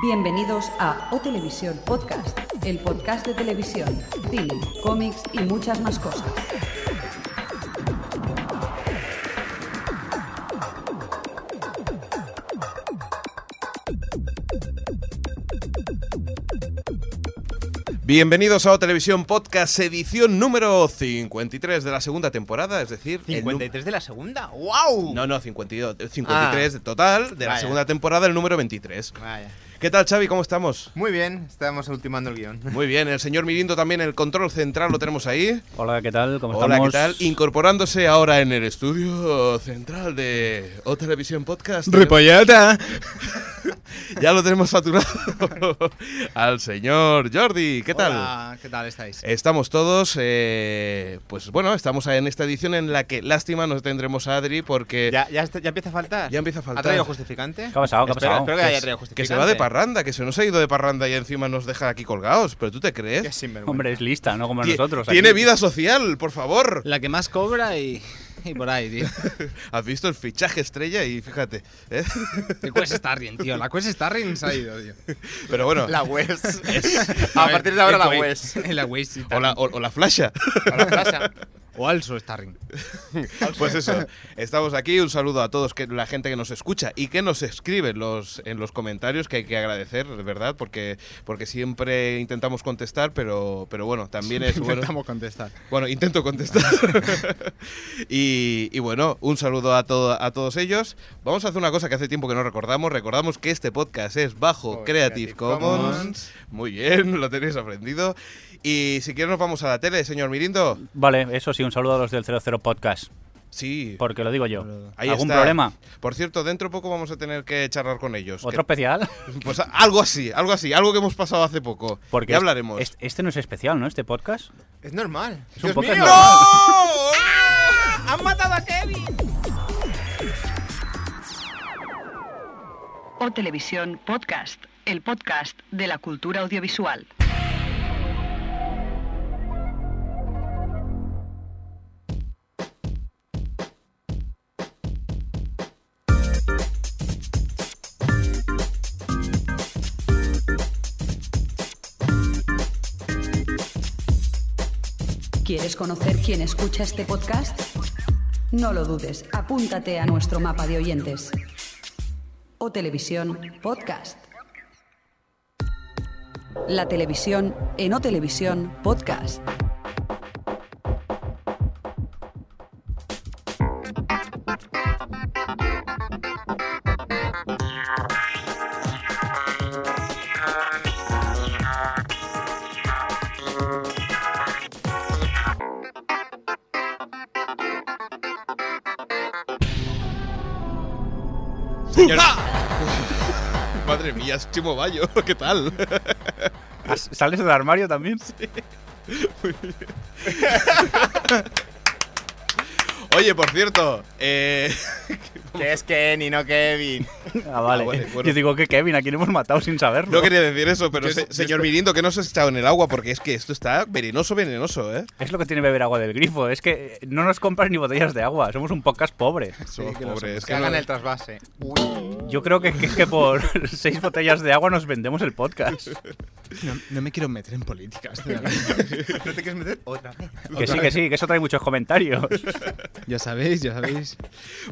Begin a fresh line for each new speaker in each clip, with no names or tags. Bienvenidos a O Televisión Podcast, el podcast de televisión, cine, cómics y muchas más cosas.
Bienvenidos a O Televisión Podcast, edición número 53 de la segunda temporada, es decir, el nu-
53 de la segunda. ¡Wow!
No, no, 52, eh, 53 de total de la
Vaya.
segunda temporada, el número 23. ¿Qué tal, Xavi? ¿Cómo estamos?
Muy bien, estamos ultimando el guión.
Muy bien, el señor Mirindo también, el control central lo tenemos ahí.
Hola, ¿qué tal? ¿Cómo
Hola,
estamos?
¿qué tal? Incorporándose ahora en el estudio central de O Televisión Podcast.
¡Ripolleta!
Ya lo tenemos saturado al señor Jordi. ¿Qué tal?
Hola, ¿Qué tal estáis?
Estamos todos, eh, pues bueno, estamos en esta edición en la que lástima no tendremos a Adri porque
¿Ya, ya, está- ya empieza a faltar?
Eh, Ya empieza a faltar.
¿Ha traído justificante?
¿Qué ha pasado? ¿Qué ha
Espero-
pasado?
Espero que
¿Qué
haya
es-
traído
que
justificante.
se va de parranda, que se nos ha ido de parranda y encima nos deja aquí colgados. ¿Pero tú te
Qué
crees?
sinvergüenza.
Hombre, es lista, no como
Tie-
nosotros. aquí.
Tiene vida social, por favor.
La que más cobra y, y por ahí, tío.
Has visto el fichaje estrella y fíjate. ¿eh?
El Quest Starring, tío. La Quest Starring se ha ido, tío.
Pero bueno,
La Wes.
A
a
ver,
partir de ahora
el
la Wes.
Quest- La West sí,
o la, o- o la flasha.
A la plaza.
O Also Starring.
Pues eso, estamos aquí. Un saludo a todos que, la gente que nos escucha y que nos escribe en los, en los comentarios, que hay que agradecer, de ¿verdad? Porque, porque siempre intentamos contestar, pero, pero bueno, también es bueno.
Intentamos contestar.
Bueno, intento contestar. y, y bueno, un saludo a, todo- a todos ellos. Vamos a hacer una cosa que hace tiempo que no recordamos. Recordamos que este podcast es bajo
Por
Creative
Creative
Commons.
Commons.
Muy bien, lo tenéis aprendido. Y si quieres nos vamos a la tele, señor Mirindo.
Vale, eso sí, un saludo a los del 00 Podcast,
Sí.
porque lo digo yo.
ahí
¿Algún
está.
problema?
Por cierto, dentro poco vamos a tener que charlar con ellos.
¿Otro especial?
Que- pues a- algo así, algo así, algo que hemos pasado hace poco.
Porque
ya
es-
hablaremos. Eh.
es- este no es especial, ¿no? Este podcast.
Es normal.
Es
Dios
un podcast
mío.
normal.
¡Oh!
¡Han matado a Kevin!
O Televisión Podcast, el podcast de la cultura audiovisual. ¿Quieres conocer quién escucha este podcast? No lo dudes, apúntate a nuestro mapa de oyentes o televisión podcast. La televisión en O Televisión Podcast.
Señor- ¡Ah! Madre mía, es Chimo Bayo, ¿qué tal?
¿Has- ¿Sales del armario también?
Oye, por cierto, eh,
Que es Kenny, no Kevin.
Ah, vale.
Ah, vale, bueno.
Yo digo que Kevin, a quien hemos matado sin saberlo.
no quería decir eso, pero
Yo
se-
es- yo
señor Mirindo, que no se ha echado en el agua porque es que esto está venenoso, venenoso, ¿eh?
Es lo que tiene beber agua del grifo. Es que no nos compras ni botellas de agua. Somos un podcast pobre.
Oh,
que lo
pobre,
somos.
es
que
que no-
hagan el trasvase. Uy.
Yo creo que, que es que por seis botellas de agua nos vendemos el podcast.
No, me quiero meter en políticas.
¿No te quieres meter? Otra vez.
Que sí, que sí, que eso trae muchos comentarios.
Ya sabéis, ya sabéis.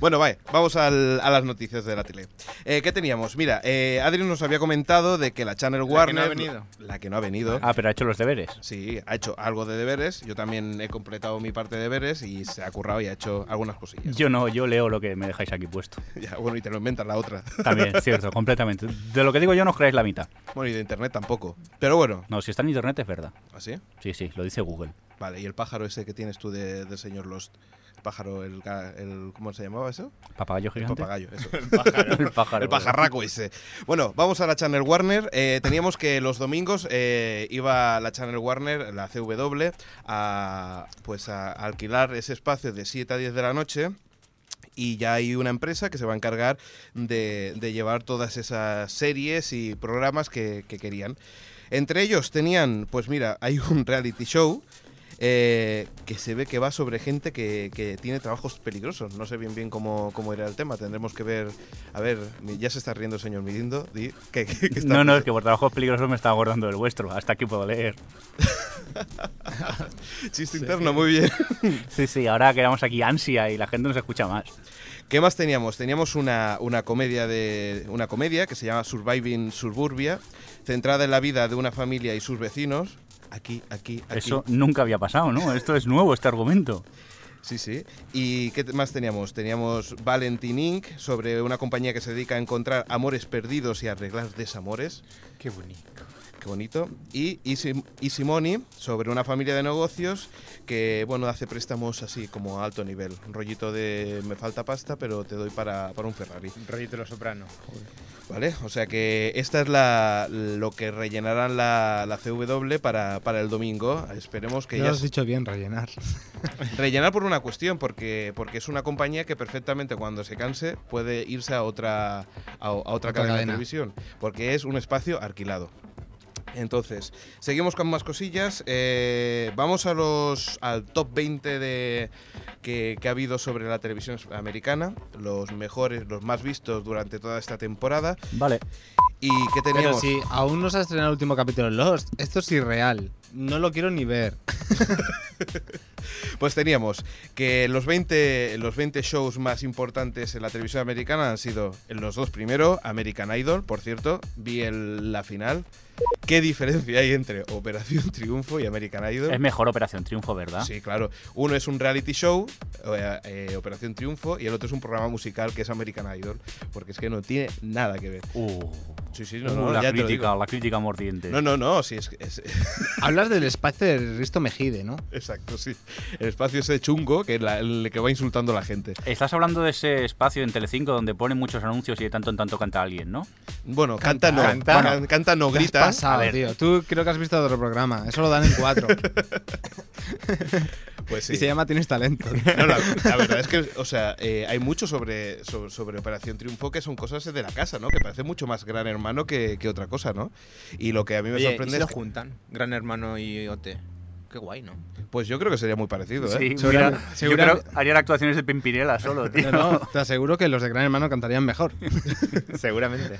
Bueno, vale, vamos al- a las noticias de la tele. Eh, ¿Qué teníamos? Mira, eh, Adri nos había comentado de que la Channel
que no
Warner...
ha venido.
La que no ha venido.
Ah, pero ha hecho los deberes.
Sí, ha hecho algo de deberes. Yo también he completado mi parte de deberes y se ha currado y ha hecho algunas cosillas.
Yo no, yo leo lo que me dejáis aquí puesto.
Ya, bueno, y te lo inventas la otra.
También, cierto, completamente. De lo que digo yo no os creáis la mitad.
Bueno, y de internet tampoco. Pero bueno,
No, si está en internet es verdad.
¿así?
Sí, sí, lo dice Google.
Vale, ¿y el pájaro ese que tienes tú de, de señor Lost? El pájaro, el, ga- el- ¿Cómo se llamaba eso?
Papagayo
El
gigante.
papagayo, eso.
El pájaro.
El pajarraco ese. Bueno, vamos a la Channel Warner. Eh, teníamos que los domingos eh, iba la Channel Warner, la CW, a, pues a alquilar ese espacio de 7 a 10 de la noche. Y ya hay una empresa que se va a encargar de, de llevar todas esas series y programas que, que querían. Entre ellos tenían, pues mira, hay un reality show eh, que se ve que va sobre gente que, que tiene trabajos peligrosos. No sé bien bien cómo, cómo era el tema. Tendremos que ver. A ver, ya se está riendo, señor Mirindo. Di, ¿qué- qué- qué está
No, no, es
pasando?
que por trabajos peligrosos me estaba acordando del vuestro. Hasta aquí puedo leer.
Chiste interno, muy bien.
Sí, sí, ahora quedamos aquí ansia y la gente nos escucha más.
¿Qué más teníamos? Teníamos una, una comedia de una comedia que se llama Surviving Suburbia, centrada en la vida de una familia y sus vecinos. Aquí, aquí, aquí.
Eso nunca había pasado, ¿no? Esto es nuevo, este argumento.
Sí, sí. ¿Y qué más teníamos? Teníamos Valentine Inc. sobre una compañía que se dedica a encontrar amores perdidos y arreglar desamores.
Qué bonito.
Qué bonito. Y Easy, Easy Money sobre una familia de negocios que, bueno, hace préstamos así como a alto nivel. Un rollito de me falta pasta, pero te doy para, para un Ferrari.
Rollito lo soprano.
¿Vale? O sea que esta es la, lo que rellenarán la, la CW para, para el domingo. Esperemos que
ya
ya
lo has
se-
dicho bien, rellenar.
rellenar por una cuestión, porque, porque es una compañía que perfectamente cuando se canse puede irse a otra, a, a otra, cadena, de
cadena.
televisión, porque es un espacio alquilado. Entonces, seguimos con más cosillas. eh, vamos a los, al top 20 de, que, que ha habido sobre la televisión americana, los mejores, los más vistos durante toda esta temporada.
Vale.
¿Y qué
Pero
teníamos?
si aún no se ha estrenado el último capítulo de Lost, esto es irreal. No lo quiero ni ver.
Pues teníamos que los 20, los 20 shows más importantes en la televisión americana han sido los dos primero, American Idol, por cierto, vi el- la final. ¿Qué diferencia hay entre Operación Triunfo y American Idol?
Es mejor Operación Triunfo, ¿verdad?
Sí, claro. Uno es un reality show, eh, eh, Operación Triunfo, y el otro es un programa musical que es American Idol, porque es que no tiene nada que ver.
Uh,
Sí, sí, no,
uh,
no,
la
ya te lo
crítica,
digo.
la crítica mordiente.
No, no, no, sí, es, es-
Hablas del espacio de Risto Mejide, ¿no?
exacto, sí. El espacio ese chungo que la- el que va insultando a la gente.
Estás hablando de ese espacio en Telecinco donde ponen muchos anuncios y de tanto en tanto canta alguien, ¿no?
Bueno, canta, no,
Canta.
canta, canta no,
¿Qué has
grita.
pasado,
A ver.
tío? Tú creo que has visto otro programa. Eso lo dan en cuatro.
Pues sí.
Y se llama Tienes Talento.
No, la, la verdad es que, o sea, eh, hay mucho sobre, sobre, sobre Operación Triunfo que son cosas de la casa, ¿no? Que parece mucho más gran hermano que, que otra cosa, ¿no? Y lo que a mí me
Oye, ¿y si
sorprende este- es
lo
que-
juntan? Gran Hermano y OT. Qué guay, ¿no?
pues yo creo que sería muy parecido, ¿eh?
Sí,
Segura-
mira,
segura-
yo creo que harían actuaciones de Pimpinela solo, tío.
No, no, te aseguro que los de Gran Hermano cantarían mejor.
Seguramente.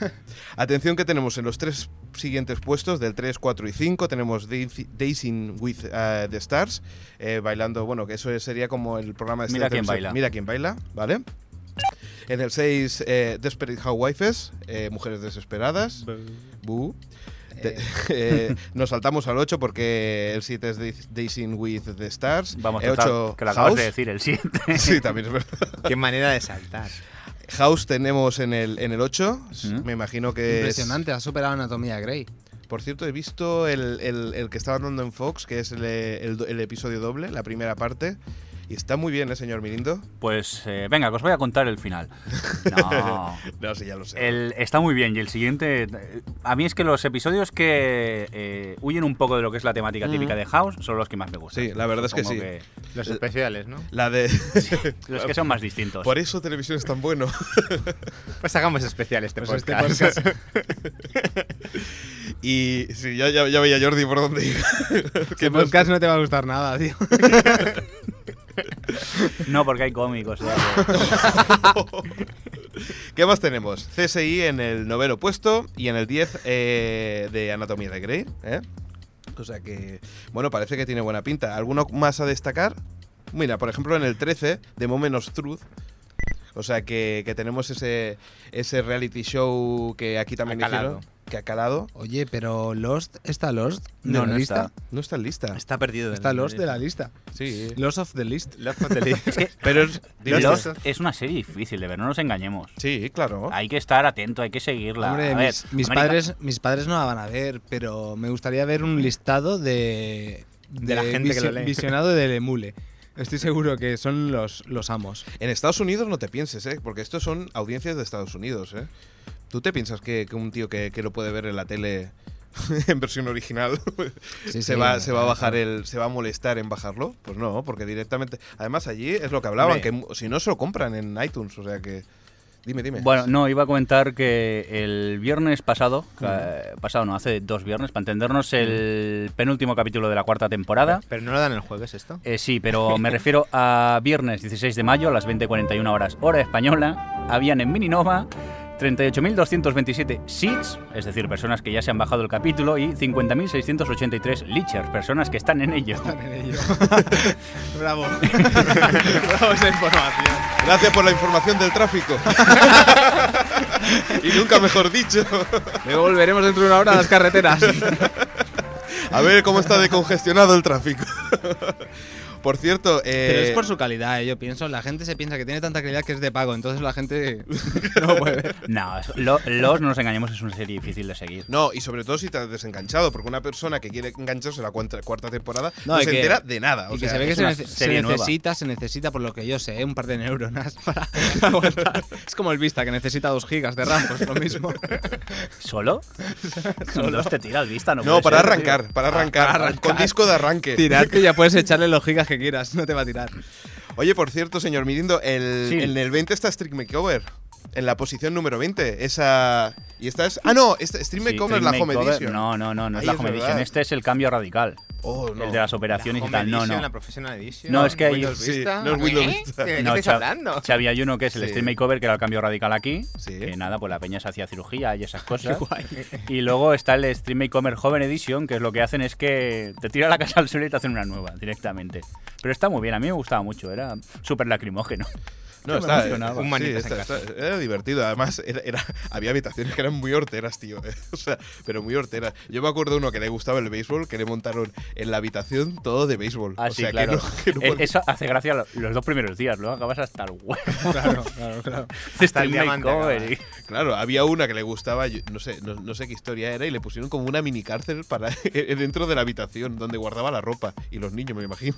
Atención que tenemos en los tres siguientes puestos, del 3, 4 y 5, tenemos Daisy- Dancing with eh, the Stars, eh, bailando, bueno, que eso sería como el programa de
Mira
Steve
quién
Jobs,
baila.
Mira quién baila, ¿vale? En el 6, Desperate Housewives, eh, Mujeres Desesperadas. Boo. Te- eh, nos saltamos al 8 porque el 7 es Dais- Dancing with the Stars.
Vamos,
el
total,
8
que lo acabas de
House.
decir, el 7.
Sí, también es verdad.
Qué manera de saltar.
House tenemos en el, en el 8.
Ujú.
Me imagino que es,
Impresionante, ha superado Anatomía Grey.
Por cierto, he visto el, el- el que estaba dando en Fox, que es el, el- el episodio doble, la primera parte. Y está muy bien, ¿eh, señor Mirindo?
Pues eh, venga, que os voy a contar el final. No.
No, sí, ya lo sé.
El- está muy bien y el siguiente... eh, A mí es que los episodios que eh, huyen un poco de lo que es la
Mm.
temática típica de House son los que más me gustan.
Sí, la verdad es que
Supongo
sí.
Los especiales, ¿no?
La de.
los que son más distintos.
Por eso televisión es tan bueno.
Pues hagamos especiales este
Pues este
podcast.
podcast-
Y sí, ya, ya, ya veía Jordi por dónde iba.
este podcast no te va a gustar nada, tío.
No, porque hay cómicos. o sea que-
¿Qué más tenemos? CSI en el noveno puesto y en el 10 eh, de Anatomía de Grey. ¿eh? O sea que, bueno, parece que tiene buena pinta. ¿Alguno más a destacar? Mira, por ejemplo, en el 13 de Momentos Truth. O sea que, que tenemos ese, ese reality show que aquí también
Ha calado.
hicieron, que ha calado.
Oye, pero Lost, ¿está Lost? de
No,
la
no
lista?
está.
No está en lista.
Está perdido.
Está Lost de la lista.
Sí.
Lost of the list.
Love for the League.
Es que
Pero es- dime,
Lost es una serie difícil de ver, no nos engañemos.
Sí, claro.
Hay que estar atento, hay que seguirla.
Hombre,
A ver,
mis, mis
América-
padres, mis padres no la van a ver, pero me gustaría ver un listado de.
De la gente que lo lee.
Visionado del emule. Estoy seguro que son los, los amos.
En Estados Unidos no te pienses, ¿eh? Porque estos son audiencias de Estados Unidos, ¿eh? ¿Tú te piensas que, que un tío que, que lo puede ver en la tele en versión original
Sí,
se,
sí,
va, se va a
claro.
bajar el. se va a molestar en bajarlo? Pues no, porque directamente. Además, allí es lo que hablaban,
Hombre.
que mu- si no se lo compran en iTunes, o sea que. Dime, dime.
Bueno, no, iba a comentar que el viernes pasado, ca- pasado no, hace dos viernes, para entendernos, el penúltimo capítulo de la cuarta temporada.
Pero no lo dan el jueves esto.
Eh, sí, pero me refiero a viernes 16 de mayo a las 20.41 horas, hora española. Habían en Mininova 38.227 seats, es decir, personas que ya se han bajado el capítulo, y 50.683 lichers, personas que están en ello.
Bravo. Bravo esa información.
Gracias por la información del tráfico. y nunca mejor dicho.
Luego volveremos dentro de una hora a las carreteras.
A ver cómo está decongestionado el tráfico. Por cierto, eh,
Pero es por su calidad, eh, yo pienso. La gente se piensa que tiene tanta calidad que es de pago, entonces la gente no puede.
No, es- lo- los, no nos engañemos, es una serie difícil de seguir.
no, y sobre todo si te has desenganchado, porque una persona que quiere engancharse a la cuarta- cuarta temporada no,
No, y
se
que-
entera de nada. o
Y que
sea,
se ve
es
que se,
una
nece- se
serie nueva.
necesita, se necesita, por lo que yo sé, ¿eh? un par de neuronas para aguantar. Es como el Vista, que necesita dos gigas de RAM, pues lo mismo.
¿Solo? Solo te tira al vista, no
No, para
puede ser, Ah, tío.
arrancar, para arrancar, con disco de arranque.
Tirarte y ya puedes echarle los gigas que quieras, no te va a tirar.
Oye, por cierto, señor Mirindo, el,
Sí.
en el 20 está Stream Makeover. En la posición número 20. Esa. Y esta es. Ah, no, esta, Stream
Sí,
Makeover es la
Dream
Home
Makeover-
Edition.
No, no, no, no es
Ahí
la
es
Home Edition.
verdad.
Este es el cambio radical.
Oh, no.
El de las operaciones y tal. No, no.
La Professional Edition.
No, es que hay-
Windows
Sí,
Vista.
no es Windows
¿Eh?
Vista.
¿De qué
No,
estáis
Cha-
hablando?
Xavi, hay uno que es el
Sí.
Stream Makeover, que era el cambio radical aquí.
Sí.
Que nada, pues la peña se hacía cirugía y esas cosas. Y luego está el Stream Makeover Joven Edition, que lo que hacen es que te tiran la casa al suelo y te hacen una nueva directamente. Pero está muy bien, a mí me gustaba mucho, era súper lacrimógeno.
No,
me
está,
emocionaba.
sí,
Humanitas
está-
en casa.
está- era divertido. Además, era- era- había habitaciones que eran muy horteras, tío. eh. O sea, pero muy horteras. Yo me acuerdo uno que le gustaba el béisbol, que le montaron en la habitación todo de béisbol.
Ah,
o
sí,
sea, que
claro.
no, que no
E-
podía-
Eso hace gracia lo- los dos primeros días, luego acabas hasta el huevo. Este
Claro, claro, claro.
Hasta
el diamante
¿eh?
acaba.
Claro, había una que le gustaba, yo no sé, no, no sé qué historia era, y le pusieron como una mini cárcel para, e-, dentro de la habitación donde guardaba la ropa y los niños, me imagino.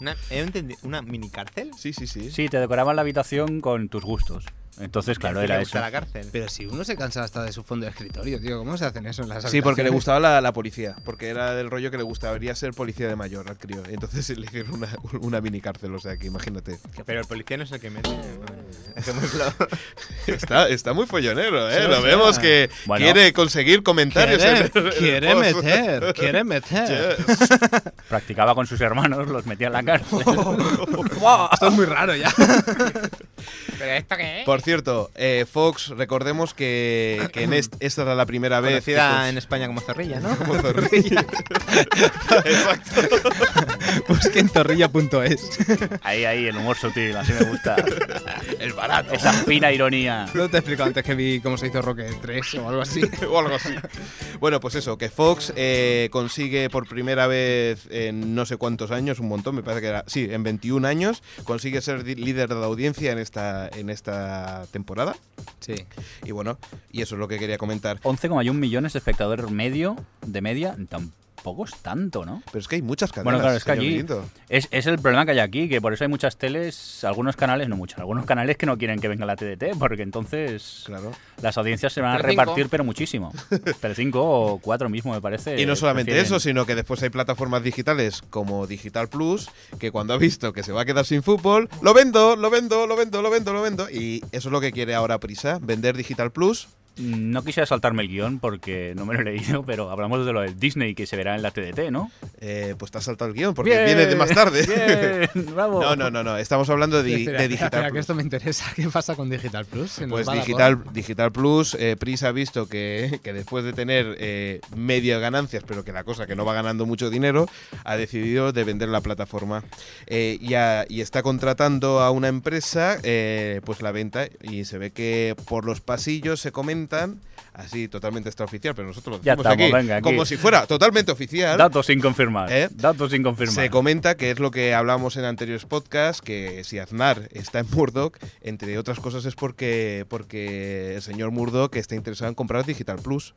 Una, he entendido, ¿Una mini cárcel?
Sí, sí, sí.
Sí, te decoraban la habitación con tus gustos. Entonces, claro,
¿Te
era
gusta
eso.
la cárcel?
Pero si uno se cansa hasta de su fondo de escritorio, tío, ¿cómo se hacen eso en las
Sí, porque le
habitaciones?
gustaba la, la policía, porque era del rollo que le gustaría ser policía de mayor al crío. Entonces le hicieron una, una mini cárcel, o sea que imagínate.
Pero el policía no es el que mete. bueno, Dejémoslo.
Está, está muy follonero, ¿eh?
Sí,
Lo
o sea.
vemos que
Bueno.
quiere conseguir comentarios.
Quiere, ¿eh?
en el-
quiere
en el post.
meter, quiere meter.
Yes.
Practicaba con sus hermanos, los metía en la cárcel.
Esto es muy raro ya.
¿Pero esto qué es?
Por cierto, eh, Fox, recordemos que, que en est- esta era la primera vez. que Fox-
Conocida en España como zorrilla, ¿no?
Como zorrilla. Exacto.
Busquen zorrilla.es.
Ahí, ahí, el humor sutil, así me gusta.
Es barato.
Esa fina ironía.
No te he explicado antes que vi cómo se hizo Roque 3 o algo así.
O algo así. Bueno, pues eso, que Fox eh, consigue por primera vez en no sé cuántos años, un montón, me parece que era, sí, en 21 años, consigue ser di- líder de audiencia en esta, en esta temporada.
Sí.
Y bueno, y eso es lo que quería comentar.
11,1 millones de espectadores medio, de media, tampoco es tanto, ¿no?
Pero es que hay muchas cadenas.
Bueno, claro, es que
señor
allí
Mirindo.
es, es el problema que hay aquí, que por eso hay muchas teles, algunos canales, no muchos, algunos canales que no quieren que venga la TDT, porque entonces
Claro.
las audiencias se van a
Telecinco.
repartir, pero muchísimo. Pero 5 o 4 mismo, me parece.
Eh,
Y no solamente
prefieren-
eso, sino que después hay plataformas digitales como Digital Plus, que cuando ha visto que se va a quedar sin fútbol, lo vendo, lo vendo, lo vendo, lo vendo, lo vendo. Y eso es lo que quiere ahora Prisa, vender Digital Plus.
No quisiera saltarme el guión porque no me lo he leído, pero hablamos de lo de Disney que se verá en la TDT, ¿no?
Eh, pues te has saltado el guión, porque
Bien,
viene de más tarde.
bien, bravo.
no, no, no, no, estamos hablando de,
Espera,
de
espera,
Digital
espera, que
Plus.
esto me interesa. ¿Qué pasa con Digital Plus? Se nos
Pues
va la
Digital, Digital Plus, eh, Prisa ha visto que, que después de tener eh, media ganancias, pero que la cosa que no va ganando mucho dinero, ha decidido de vender la plataforma. Eh, y, a- y está contratando a una empresa, eh, pues la venta, y se ve que por los pasillos se comentan, así totalmente extraoficial, pero nosotros lo
Ya
decimos
estamos,
aquí,
venga, aquí.
como si fuera totalmente oficial.
Datos sin confirmar.
¿Eh?
Datos sin confirmar.
Se comenta que es lo que hablamos en anteriores podcasts, que si Aznar está en Murdoch, entre otras cosas es porque, porque el señor Murdoch está interesado en comprar Digital Plus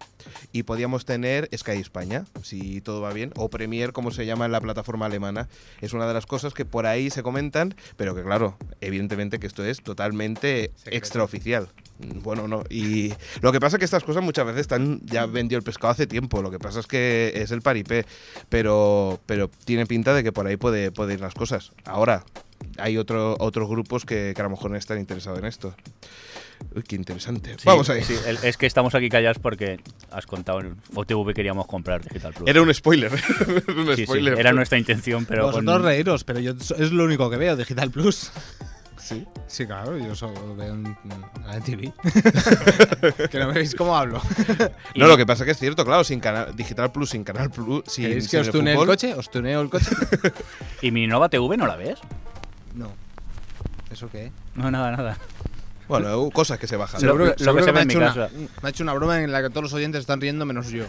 y podíamos tener Sky España, si todo va bien, o Premier, como se llama en la plataforma alemana. Es una de las cosas que por ahí se comentan, pero que claro, evidentemente que esto es totalmente
Secreto.
extraoficial. Bueno, no. Y lo que pasa es que estas cosas muchas veces están ya vendió el pescado hace tiempo. Lo que pasa es que es el paripé. Pero, pero tiene pinta de que por ahí puede, puede ir las cosas. Ahora, hay otro, otros grupos que, que a lo mejor no están interesados en esto. Uy, qué interesante.
Sí,
Vamos ahí.
sí, el- es que estamos aquí callados porque has contado el OTV queríamos comprar Digital Plus.
Era un spoiler. Era un
Sí, sí,
spoiler.
era nuestra intención, pero con-
Vosotros reíros, pero yo so- es lo único que veo, Digital Plus. Sí. Sí, claro, yo solo veo en, en TV. que no me veis cómo hablo.
No, lo que pasa que es cierto, claro, sin canal, Digital Plus, sin Canal Plus, sin,
¿Queréis que
sin
os
el
tunee el
fútbol.
coche? ¿Os tuneo el coche?
¿Y Mininova TV no la ves?
No. ¿Eso qué?
No, nada, nada.
Bueno, cosas que se bajan.
Lo- lo que se ve en mi
hecho
casa.
Una, me ha hecho una broma en la que todos los oyentes están riendo menos yo.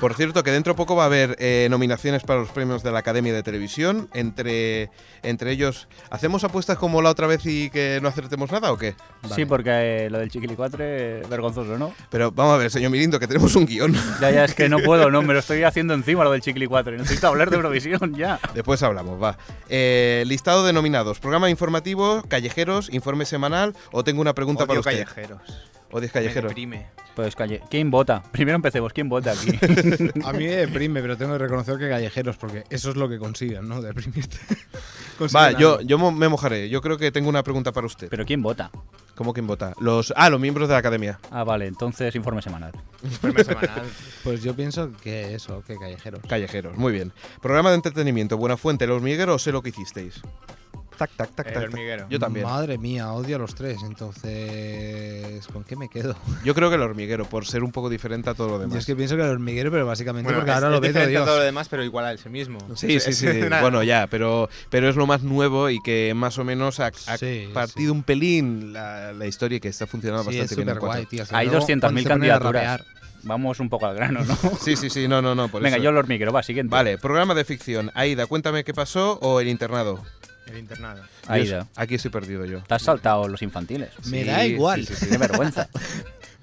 Por cierto, que dentro poco va a haber eh, nominaciones para los premios de la Academia de Televisión. Entre, entre ellos, ¿hacemos apuestas como la otra vez y que no acertemos nada o qué?
Sí, porque eh, lo del Chiquilicuatre es vergonzoso, ¿no?
Pero vamos a ver, señor Mirindo, que tenemos un guión.
Ya, ya, es que no puedo, no, me lo estoy haciendo encima lo del Chiquilicuatre. Necesito hablar de Eurovisión ya.
Después hablamos, va. Eh, listado de nominados: programa informativo, callejeros, informe semanal o tengo una pregunta
Odio
para usted.
callejeros.
Odios
Me
callejeros.
deprime.
Pues calle, ¿quién vota? Primero empecemos, ¿quién vota aquí?
A mí me deprime, pero tengo que reconocer que callejeros, porque eso es lo que consiguen, ¿no? Deprimirte.
Va,
Consiguen
yo,
algo.
yo mo- me mojaré. Yo creo que tengo una pregunta para usted.
Pero ¿quién vota?
¿Cómo quien vota? Los, ah, los miembros de la academia.
Ah, vale, entonces informe semanal.
Informe semanal.
Pues yo pienso que eso, que callejeros.
Callejeros, muy bien. Programa de entretenimiento, Buena Fuente, El Hormiguero, o sé lo que hicisteis. Tac, tac, tac,
El
tac, tac.
Hormiguero.
Yo también.
Madre mía, odio a los tres, entonces. ¿Con qué me quedo?
Yo creo que el hormiguero, por ser un poco diferente a todo lo
Yo
demás.
es que pienso que el hormiguero, pero básicamente
Bueno,
porque
es-
ahora
es
lo ve todo
diferente a
Dios.
todo lo demás, pero igual a él mismo.
Sí, sí, sí.
Nada.
bueno, ya, pero, pero es lo más nuevo y que más o menos ha, ha
Sí,
partido un pelín la, la historia que está funcionando
Sí, es
bastante bien. en
súper guay,
cuatro.
tío. si
Hay
luego,
200.000
cuando se ponen a
candidaturas.
rapear,
Vamos un poco al grano, ¿no?
Sí, sí, sí, no, no, no. Por
Venga,
eso.
yo el hormiguero, va, siguiente.
Vale, programa de ficción. Aida, cuéntame qué pasó o el internado.
El internado.
Aida,
Dios, aquí estoy perdido yo.
te has saltado los infantiles.
Me
Sí,
da igual.
sí,
Qué vergüenza.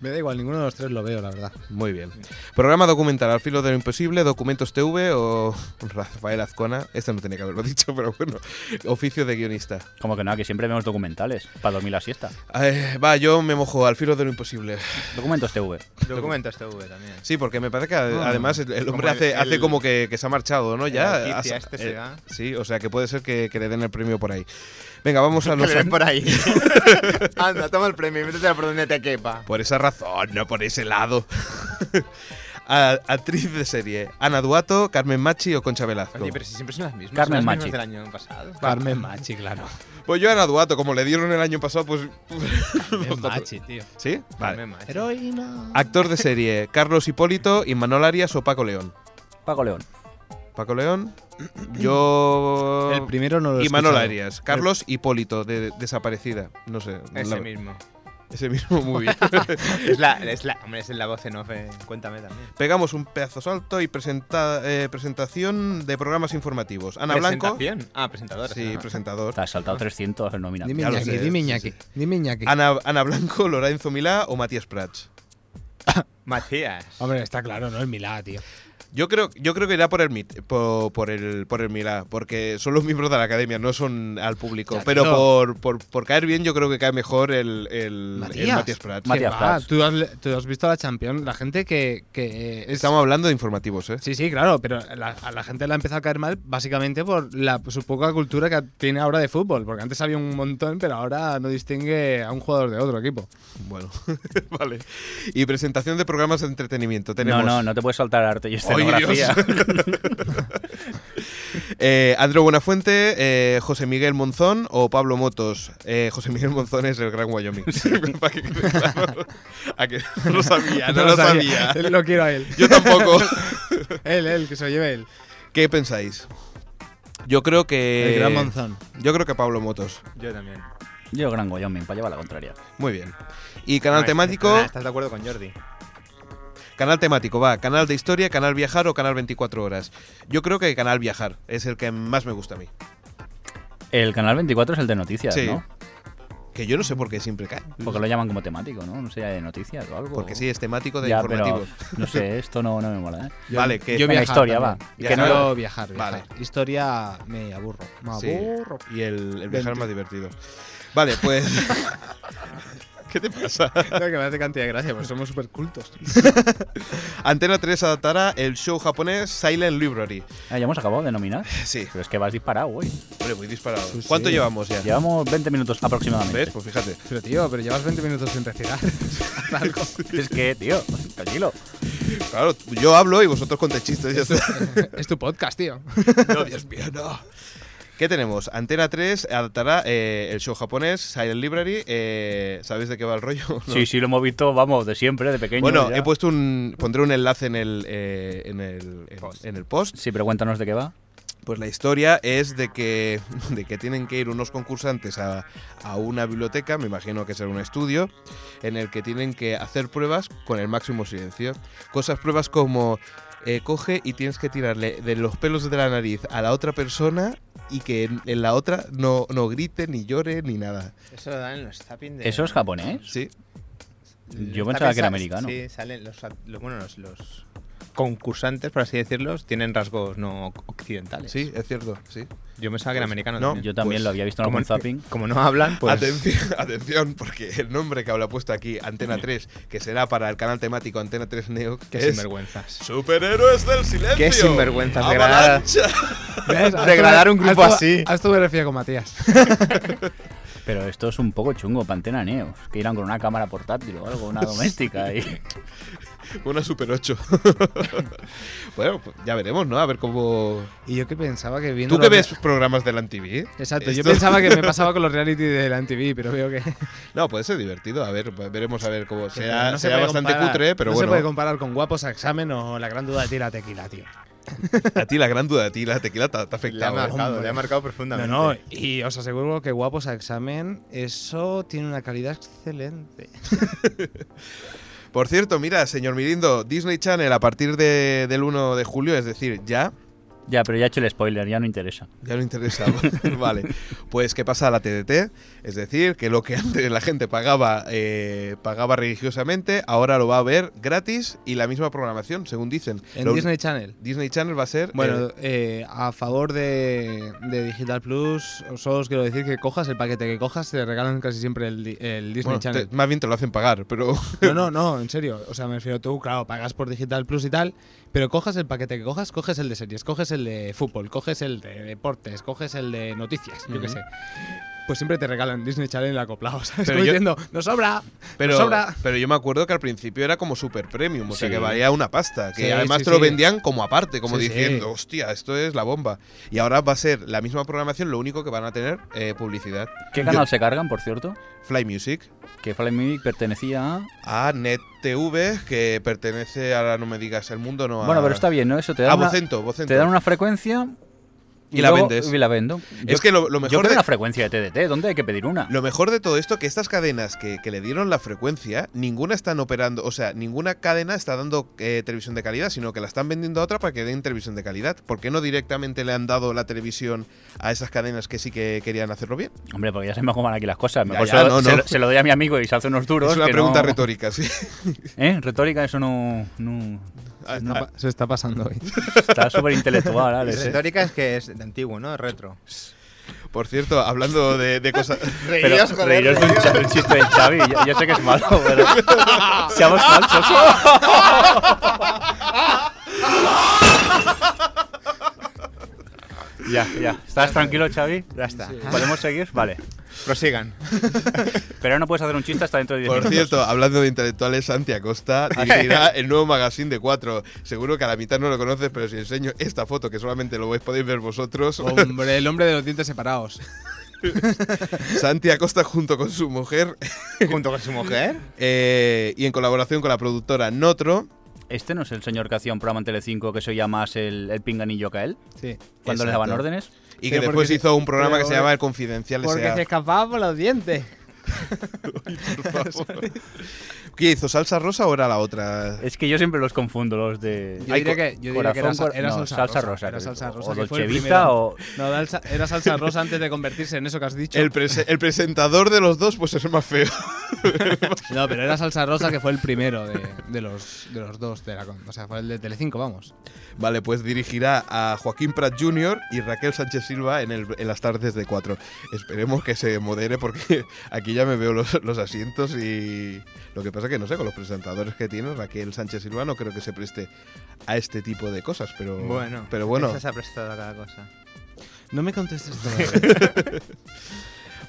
Me da igual, ninguno de los tres lo veo, la verdad.
Muy bien. Programa documental al filo de lo imposible, Documentos TV o Rafael Azcona. Esto no tenía que haberlo dicho, pero bueno. Oficio de guionista.
Como que no, que siempre vemos documentales para dormir la siesta.
Eh, va, yo me mojo al filo de lo imposible.
Documentos TV.
Documentos TV este también.
Sí, porque me parece que a-
Ah.
además el, el hombre
Como el-
hace, hace
el-
como que, que se ha marchado, ¿no?
el
Ya.
Ortiz,
ha-
este se va.
sí, o sea que puede ser que, que le den el premio por ahí. Venga, vamos a
Que
los.
le den por ahí. Anda, toma el premio y métetela por donde te quepa.
Por esa razón, no por ese lado. A- actriz de serie: Ana Duato, Carmen Machi o Concha Velasco.
Oye, pero si siempre son las mismas.
Carmen
son las mismas
Machi.
del año pasado.
Carmen Machi, claro.
Pues yo a Ana Duato, como le dieron el año pasado, pues.
Carmen Machi, tío.
¿Sí? Vale.
Carmen Machi.
Heroína.
Actor de serie, Carlos Hipólito, Imanol Arias o Paco León.
Paco León.
Paco León, yo...
El primero no lo he
Imanol
escuchado.
Arias. Carlos Hipólito, de Desaparecida. No sé.
Ese
la-
mismo.
Ese mismo, muy bien.
Es la, es la, hombre, es la voz en off. eh, Cuéntame también.
Pegamos un pedazo salto y presenta- eh, presentación de programas informativos. Ana Blanco.
¿Presentación? Ah, presentadora.
Sí,
ah.
presentador.
Te has saltado 300 nominados.
Dime
Ya lo
Iñaki,
sé,
dime
sí,
Iñaki.
sí. Ah,
Dime Iñaki.
Ana, Ana Blanco, Lorenzo Milá o Matías Prats.
Matías.
Hombre, está claro, ¿no? El Milá, tío.
Yo creo, yo creo que irá por el, mit- por, por el por el Milá, porque son los miembros de la academia, no son al público.
Ya,
pero
no.
por, por, por caer bien, yo creo que cae mejor el, el, el
Matías.
Matías Prats.
Matías.
¿Qué va?
Prats.
¿Tú, has, tú has visto a la Champions, la gente que, que eh, es-
Estamos hablando de informativos, ¿eh?
Sí, sí, claro, pero la- a la gente le ha empezado a caer mal básicamente por la, su poca cultura que tiene ahora de fútbol, porque antes había un montón, pero ahora no distingue a un jugador de otro equipo.
Bueno, vale. Y presentación de programas de entretenimiento. Tenemos
No, no, no te puedes saltar arte y
¡Ay, Dios!
escenografía.
eh, Andrew Buenafuente, eh, José Miguel Monzón o Pablo Motos. Eh, José Miguel Monzón es el Gran Wyoming. Para que quede claro. A que no lo sabía, Ah, no, lo sabía.
Él Lo quiero a él.
Yo tampoco.
él, él, que se lo lleve él.
¿Qué pensáis? Yo creo que.
el gran Monzón.
Yo creo que Pablo Motos.
Yo también.
Yo, Gran Wyoming, para llevar la contraria.
Muy bien. Y canal
Ah,
temático.
ah, ¿Estás de acuerdo con Jordi?
Canal temático, va. Canal de historia, canal viajar o canal 24 horas. Yo creo que canal viajar es el que más me gusta a mí.
El canal 24 es el de noticias,
Sí.
¿no?
Que yo no sé por qué siempre cae.
Porque lo llaman como temático, ¿no? No sería de noticias o algo.
Porque sí, es temático de
Ya, pero
informativos.
no sé, esto no, no me mola, ¿eh?
vale, que.
Venga,
viajar
historia,
también.
va.
Y
Viajar.
que no lo viajar,
Vale.
viajar. Historia me aburro. Me
Sí,
aburro.
Y el, el viajar es más divertido. Vale, pues. ¿Qué te pasa?
No, que me hace cantidad de gracia, pues somos súper cultos.
Antena 3 adaptará el show japonés Silent Library.
Ah, ya hemos acabado de nominar.
Sí,
Pero es que vas disparado, güey.
hombre, muy disparado. ¿Cuánto llevamos ya?
Llevamos 20 minutos aproximadamente.
¿Ves? Pues fíjate.
Pero tío, pero llevas 20 minutos sin respirar. Algo.
Es que, tío, tranquilo.
Claro, yo hablo y vosotros conté chistes. Ya está.
es tu podcast, tío.
No, Dios mío, no. ¿Qué tenemos? Antena 3 adaptará eh, el show japonés Silent Library. eh, ¿Sabéis de qué va el rollo? No.
Sí, sí, lo hemos visto, vamos, de siempre, de pequeño.
Bueno,
ya.
he puesto un, pondré un enlace en el, eh, en el, en- en el post.
Sí, pero cuéntanos de qué va.
Pues la historia es de que, de que tienen que ir unos concursantes a, a una biblioteca, me imagino que será un estudio, en el que tienen que hacer pruebas con el máximo silencio. Cosas, pruebas como eh, coge y tienes que tirarle de los pelos de la nariz a la otra persona y que en, en la otra no, no grite, ni llore, ni nada.
Eso lo dan en los zapping de.
¿Eso es japonés?
Sí,
Yo pensaba
Los zapping
que era
sal-
americano.
Sí, salen los, los- bueno, los, los concursantes, por así decirlos, tienen rasgos no occidentales.
sí, es cierto, sí.
Yo pensaba que era americano.
No,
también.
Yo también
Pues,
lo había visto en algún zapping.
como no hablan, pues.
Atención, atención, porque el nombre que habla puesto aquí, Antena 3, que será para el canal temático Antena 3 Neo, que
Qué
es
sinvergüenzas.
Superhéroes del silencio.
Qué sinvergüenzas de
Avalancha.
¿Ves? Haz
Degradar
tu-
un grupo
haz tu-
así.
Haz tu biografía con Matías.
Pero esto es un poco chungo, Pantena Neos, que irán con una cámara portátil o algo, una doméstica. Y...
Una Super 8. bueno, pues ya veremos, ¿no? A ver cómo.
Y yo que pensaba que viendo.
¿Tú que
los-
ves programas de la TV?
Exacto, yo pensaba que me pasaba con los reality de la MTV, pero veo que.
No, puede ser divertido. A ver, veremos a ver cómo. Será,
no se
será
puede
bastante
comparar-
cutre, pero
no
bueno.
se puede comparar con Guapos a Examen o La Gran Duda de Tira Tequila, tío.
a ti la gran duda, a ti la tequila te, te ha
Le ha
afectado. ¿eh?
marcado,
hombre.
le ha marcado
No,
profundamente.
no, y os aseguro que Guapos a Examen, eso tiene una calidad excelente.
Por cierto, mira, señor Mirindo, Disney Channel a partir de- del 1 de julio, es decir, ya.
ya, pero ya he hecho el spoiler, ya no interesa.
Ya no interesa. vale. Pues qué pasa a la TDT, es decir, que lo que antes la gente pagaba eh, pagaba religiosamente, ahora lo va a ver gratis y la misma programación, según dicen.
En
Lo-
Disney Channel.
Disney Channel va a ser
Bueno,
eh,
eh, a favor de, de Digital Plus, solo os quiero decir que cojas el paquete que cojas, te regalan casi siempre el, di- el Disney
bueno,
Channel.
te- más bien te lo hacen pagar, pero
No, no, no, en serio. O sea, me refiero tú, claro, pagas por Digital Plus y tal, pero cojas el paquete que cojas, coges el de series, coges el de fútbol, coges el de deportes, coges el de noticias, yo qué sé. Pues siempre te regalan Disney Channel acoplado, ¿sabes?
Pero
Como
yo-
diciendo, nos sobra,
pero,
nos sobra.
pero yo me acuerdo que al principio era como super premium, o sea
Sí.
que valía una pasta, que
Sí,
además
sí,
te lo
sí.
vendían como aparte, como
Sí, sí.
diciendo, hostia, esto es la bomba. Y ahora va a ser la misma programación, lo único que van a tener eh, publicidad.
¿Qué
Yo-
canal se cargan, por cierto?
Fly Music.
Que Fly Music pertenecía a...
a NetTV, que pertenece a la No Me Digas el Mundo, no a.
Bueno, pero está bien, ¿no? Eso te da
a
una,
Vocento, Vocento.
te dan una frecuencia...
Y la
luego-
vendes.
Y la vendo.
Es que lo, lo
Yo
mejor
quiero
de,
una frecuencia de TDT, ¿dónde hay que pedir una?
lo mejor de todo esto que estas cadenas que, que le dieron la frecuencia, ninguna están operando, o sea, ninguna cadena está dando eh, televisión de calidad, sino que la están vendiendo a otra para que den televisión de calidad. ¿Por qué no directamente le han dado la televisión a esas cadenas que sí que querían hacerlo bien?
Hombre, porque ya se me acomodan aquí las cosas.
Ya,
Mejor
ya,
se, lo,
no,
se
no.
lo- se lo doy a mi amigo y se hace unos duros.
es una
que
pregunta
no-
retórica, sí.
¿Eh? Retórica, eso no. no-
No pa- se está pasando hoy.
está súper intelectual, Alex. ¿eh?
Retórica es que es de antiguo, ¿no? Es retro.
Por cierto, hablando de, de cosas.
Pero reiros de un, cha- de un chiste del Xavi. Yo, yo sé que es malo, pero. Seamos falsos. ya, ya. ¿Estás tranquilo, Xavi?
Ya está.
¿Podemos seguir? Vale.
Prosigan.
Pero ahora no puedes hacer un chiste hasta dentro de 10
Por
minutos.
cierto, hablando de intelectuales, Santi Acosta dirigirá el nuevo magazine de Cuatro. Seguro que a la mitad no lo conoces, pero si enseño esta foto, que solamente lo vais- podéis ver vosotros,
Hombre, el hombre de los dientes separados.
Santi Acosta junto con su mujer
Junto con su mujer.
eh, y en colaboración con la productora Notro.
Este no es el señor que hacía un programa en Telecinco que se oía más el, el pinganillo que a él.
Sí.
Cuando le
Exacto.
daban órdenes.
Y que
Pero
después
porque-
hizo un programa
pero
que se llama El Confidencial
Porque
S.A..
se escapaba por los dientes.
Por favor. ¿Qué hizo? ¿Salsa rosa o era la
Eh,
otra?
Es que yo siempre los confundo, los de.
Yo
Ay,
diría
co-
que, yo diría
corazón
que era, sa-
cor-
era
no,
salsa, rosa.
salsa rosa,
Era
creo.
salsa
O
rosa. que fue
Dolce
el
Vita,
primero.
o-
No, dalsa- era salsa rosa antes de convertirse en eso que has dicho.
El, prese- el presentador de los dos, pues es el más feo.
No, pero era Salsa Rosa que fue el primero de, de los, de los dos de la con- O sea, fue el de Telecinco, vamos.
Vale, pues dirigirá a Joaquín Prat Jr. y Raquel Sánchez Silva en, el- en las tardes de 4. Esperemos que se modere porque aquí ya me veo los, los asientos y lo que pasa que no sé, con los presentadores que tiene Raquel Sánchez Silva no creo que se preste a este tipo de cosas, pero
Bueno,
pero bueno
esa se ha prestado a cada cosa.
No me contestes todo.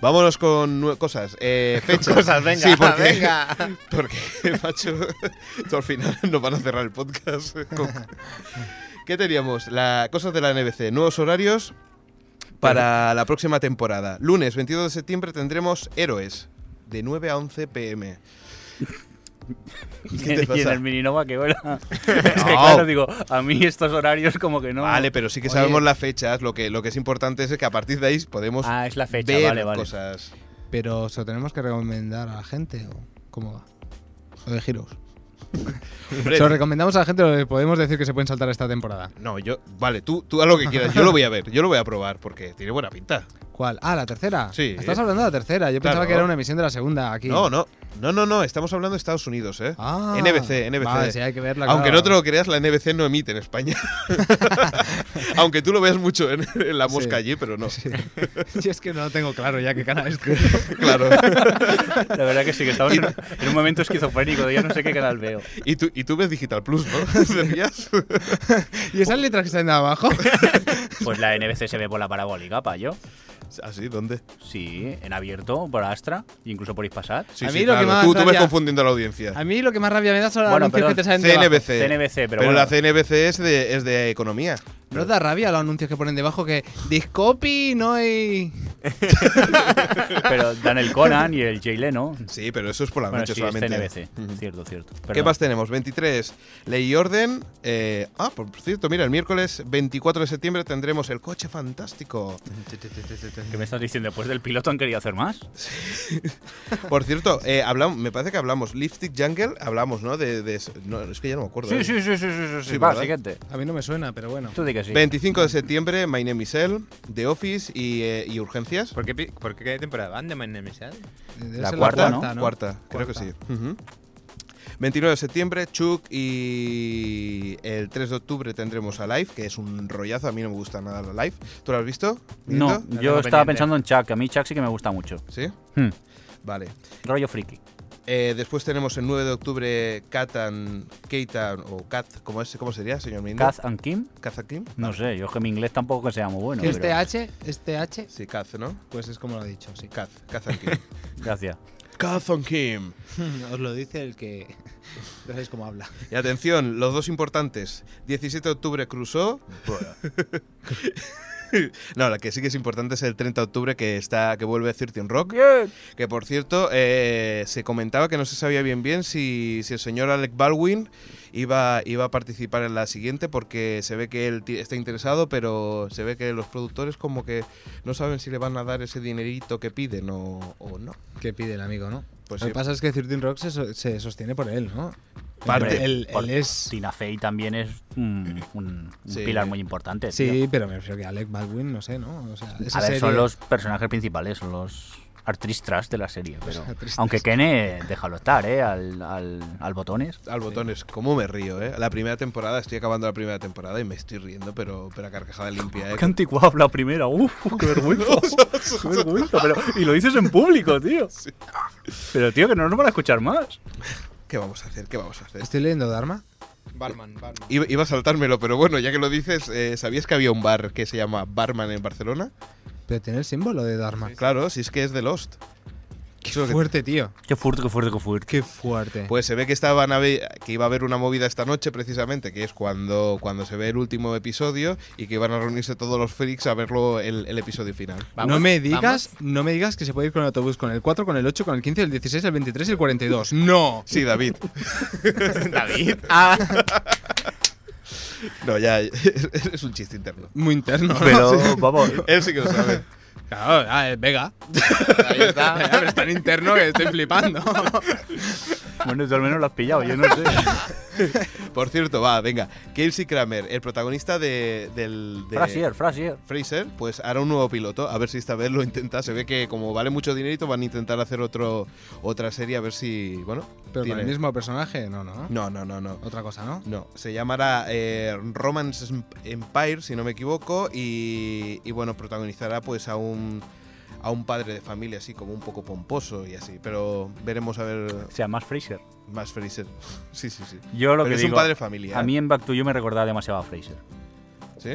vámonos con nue- cosas. Eh, fechas.
Cosas, venga,
Sí, porque,
venga.
Porque, macho, esto al final nos van a cerrar el podcast. Con- ¿Qué teníamos? La, cosas de la NBC. Nuevos horarios para la próxima temporada. Lunes 22 de septiembre tendremos Héroes, de 9 a 11 pm.
Y
¿Qué
en-
te
y en
pasa?
el mininova que huela. Es que claro, digo, a mí estos horarios como que no.
Vale, pero sí que
Oye.
sabemos las fechas. Lo que, lo que es importante es que a partir de ahí podemos
Ah, es la fecha,
ver
vale, vale.
cosas.
Pero ¿se lo tenemos que recomendar a la gente o cómo va? Lo de Heroes.
Hombre,
Se lo recomendamos a la gente o le podemos decir que se pueden saltar esta temporada.
no, yo. Vale, tú, tú haz lo que quieras. Yo lo voy a ver, yo lo voy a probar porque tiene buena pinta.
¿Cuál? Ah, la tercera.
Sí.
Estás hablando de la tercera. Yo
Claro.
pensaba que era una emisión de la segunda aquí.
No, no. No, no, no, estamos hablando de Estados Unidos, ¿eh?
Ah.
NBC, NBC.
Vale, sí, hay que verla,
Aunque
claro.
no te lo creas, la NBC no emite en España. Aunque tú lo veas mucho en, en la mosca
Sí.
allí, pero no.
Yo es que no lo tengo claro ya qué canal es.
Claro.
La verdad que sí, que estamos en, un- en un momento esquizofrénico, de ya no sé qué canal veo.
Y tú, y tú ves Digital Plus, ¿no? Decías.
¿Y esas letras que están abajo?
Pues la NBC se ve por la parabólica, payo.
¿Así? Ah, ¿Dónde?
Sí, en abierto, por Astra, incluso por Ispasat.
Sí,
A
sí,
mí lo que más
tú, tú ves
rabia-
confundiendo a la audiencia.
A mí lo que más rabia me da son los
Bueno,
anuncios
perdón.
que te salen debajo.
CNBC.
CNBC, pero
pero
bueno.
la CNBC es de, es de economía.
¿No os da rabia los anuncios que ponen debajo que Discopy no hay...
Pero dan el Conan y el Jay Leno.
Sí, pero eso es por la
Bueno,
noche
sí, es
solamente.
CNBC.
Ujú.
Cierto, cierto.
¿Qué
Perdón.
más tenemos? 23, Ley y Orden. eh, ah, por cierto, mira, el miércoles 24 de septiembre tendremos el coche fantástico.
¿Qué me estás diciendo? Después del piloto han querido hacer más.
Por cierto, eh, hablamos, me parece que hablamos, Lipstick Jungle, hablamos, ¿no? De, de- no, Es que ya no me acuerdo. ¿eh?
sí, sí, sí.
Sí,
Va,
¿verdad?
siguiente.
A mí no me suena, pero bueno.
Tú di que sí.
25 de septiembre, My Name is Elle, The Office y, eh, y Urgencias.
¿Por qué, pi- por qué temporada van de My Name is Al?
Eh, Debe
Pues La
ser
cuarta, ¿no?
Cuarta, creo que
Cuarta.
sí. Ujú. 29 de septiembre, Chuck y el 3 de octubre tendremos a Live, que es un rollazo, a mí no me gusta nada la Live. ¿Tú lo has visto?
No,
Miguelito?
yo
tengo
estaba
pendiente.
pensando en Chuck. A mí Chuck sí que me gusta mucho.
¿Sí?
Hmm,
Vale.
Rollo friki.
Eh, después tenemos el 9 de octubre Catan, Keitan o Cat, ¿cómo, es, ¿cómo sería, señor Mindo?
Kaz and Kim.
¿Kazakim?
No sé, yo es que mi inglés tampoco que este sea muy bueno.
¿Que este ¿Es
pero-
TH? ¿Es TH?
Sí, Kaz, ¿no?
Pues es como lo ha dicho, sí.
Kaz, Kazankim.
Gracias.
Kazankim.
Os lo dice el que... Ya sabéis cómo habla.
Y atención, los dos importantes. 17 de octubre Crusoe. No, la que sí que es importante es el 30 de octubre que está que vuelve Certain Rock. Que por cierto, eh, se comentaba que no se sabía bien bien si, si el señor Alec Baldwin iba, iba a participar en la siguiente porque se ve que él ti- está interesado, pero se ve que los productores como que no saben si le van a dar ese dinerito que piden o, o no.
Que pide el amigo, ¿no?
Pues
lo
sí.
que pasa es que Cirtin Rock se, so- se sostiene por él, ¿no?
Parte.
Él- él-
Por-
él es...
Tina Fey también es un, un- un
Sí.
pilar muy importante. tío.
Sí, pero me refiero que Alec Baldwin, no sé, ¿no? O sea, esa
A ver,
serie-
son los personajes principales, son los artistras de la serie. Pero,
artistras.
aunque Kene, déjalo estar, ¿eh? Al, al, al botones.
Al botones, cómo me río, ¿eh? La primera temporada, estoy acabando la primera temporada y me estoy riendo, pero, pero a carcajada limpia, ¿eh?
Qué anticuado la primera, uff, qué vergüenza. qué vergüenza, pero, y lo dices en público, tío. Pero, tío, que no nos van a escuchar más.
¿Qué vamos a hacer? ¿Qué vamos a hacer?
¿Estoy leyendo Dharma?
Barman, Barman.
Iba iba a saltármelo, pero bueno, ya que lo dices, eh, ¿sabías que había un bar que se llama Barman en Barcelona?
Ah. Pero tiene el símbolo de Dharma.
Claro, si es que es de Lost.
Qué
Eso es lo que-
fuerte, tío.
Qué fuerte, qué fuerte, qué fuerte.
Qué fuerte.
Pues se ve que estaban a ve- que iba a haber una movida esta noche precisamente, que es cuando, cuando se ve el último episodio y que iban a reunirse todos los freaks a verlo el, el episodio final.
Vamos,
no me digas, no me digas que se puede ir con el autobús con el 4, con el 8, con el 15, el 16, el 23 y el 42. No.
Sí, David. Ah.
David.
No, ya es un chiste interno.
Muy interno.
Pero, vamos,
Él sí que lo sabe.
Claro, ah, es Vega.
Ahí está.
Pero es tan interno que estoy flipando.
Bueno, tú al menos lo has pillado, yo no sé.
Por cierto, va, venga. Kelsey Kramer, el protagonista de, del. de-
Frasier, Frasier.
Fraser, pues hará un nuevo piloto, a ver si esta vez lo intenta. Se ve que como vale mucho dinerito, van a intentar hacer otro otra serie, a ver si, bueno,
Pero con
tiene-
el mismo personaje, no, no.
No, no, no, no.
Otra cosa, ¿no?
No, se llamará eh, Romance Empire, si no me equivoco, y, y, bueno, protagonizará pues a un a un padre de familia así como un poco pomposo y así, pero veremos a ver
O sea, más Fraser.
más Fraser. Sí, sí, sí.
Yo lo
Pero
que
es
digo,
un padre familiar.
a mí en Back to You me recordaba demasiado a Fraser.
¿Sí?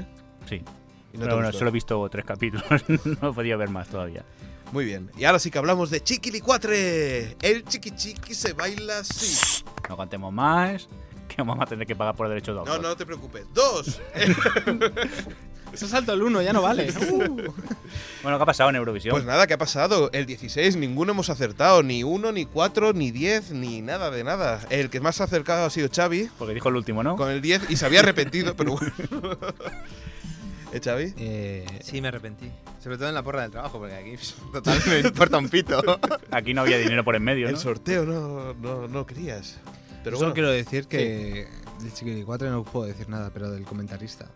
Sí.
Y no te
Pero bueno,
gustó.
solo he visto tres capítulos, no he podido ver más todavía.
Muy bien. Y ahora sí que hablamos de Chiquilicuatre. El chiquichiqui se baila así.
No cantemos más, que vamos a tener que pagar por derecho de
No,
autor.
no te preocupes. Dos.
Se salto el uno, ya no vale. Uh.
Bueno, ¿qué ha pasado en Eurovisión?
Pues nada, ¿qué ha pasado? El 16, ninguno hemos acertado. Ni uno, ni cuatro, ni diez, ni nada de nada. El que más se ha acercado ha sido Xavi,
Porque dijo el último, ¿no?
con el 10, y se había arrepentido, pero bueno. ¿Eh, Xavi?
Sí, me arrepentí.
Sobre todo en la porra del trabajo, porque aquí
pues,
pff, total me importa un pito.
Aquí no había dinero por en medio,
El
¿no?
sorteo no, no, no querías. Pero
Pero
bueno,
Solo quiero decir que de Chiquilicuatre no puedo decir nada, pero del comentarista.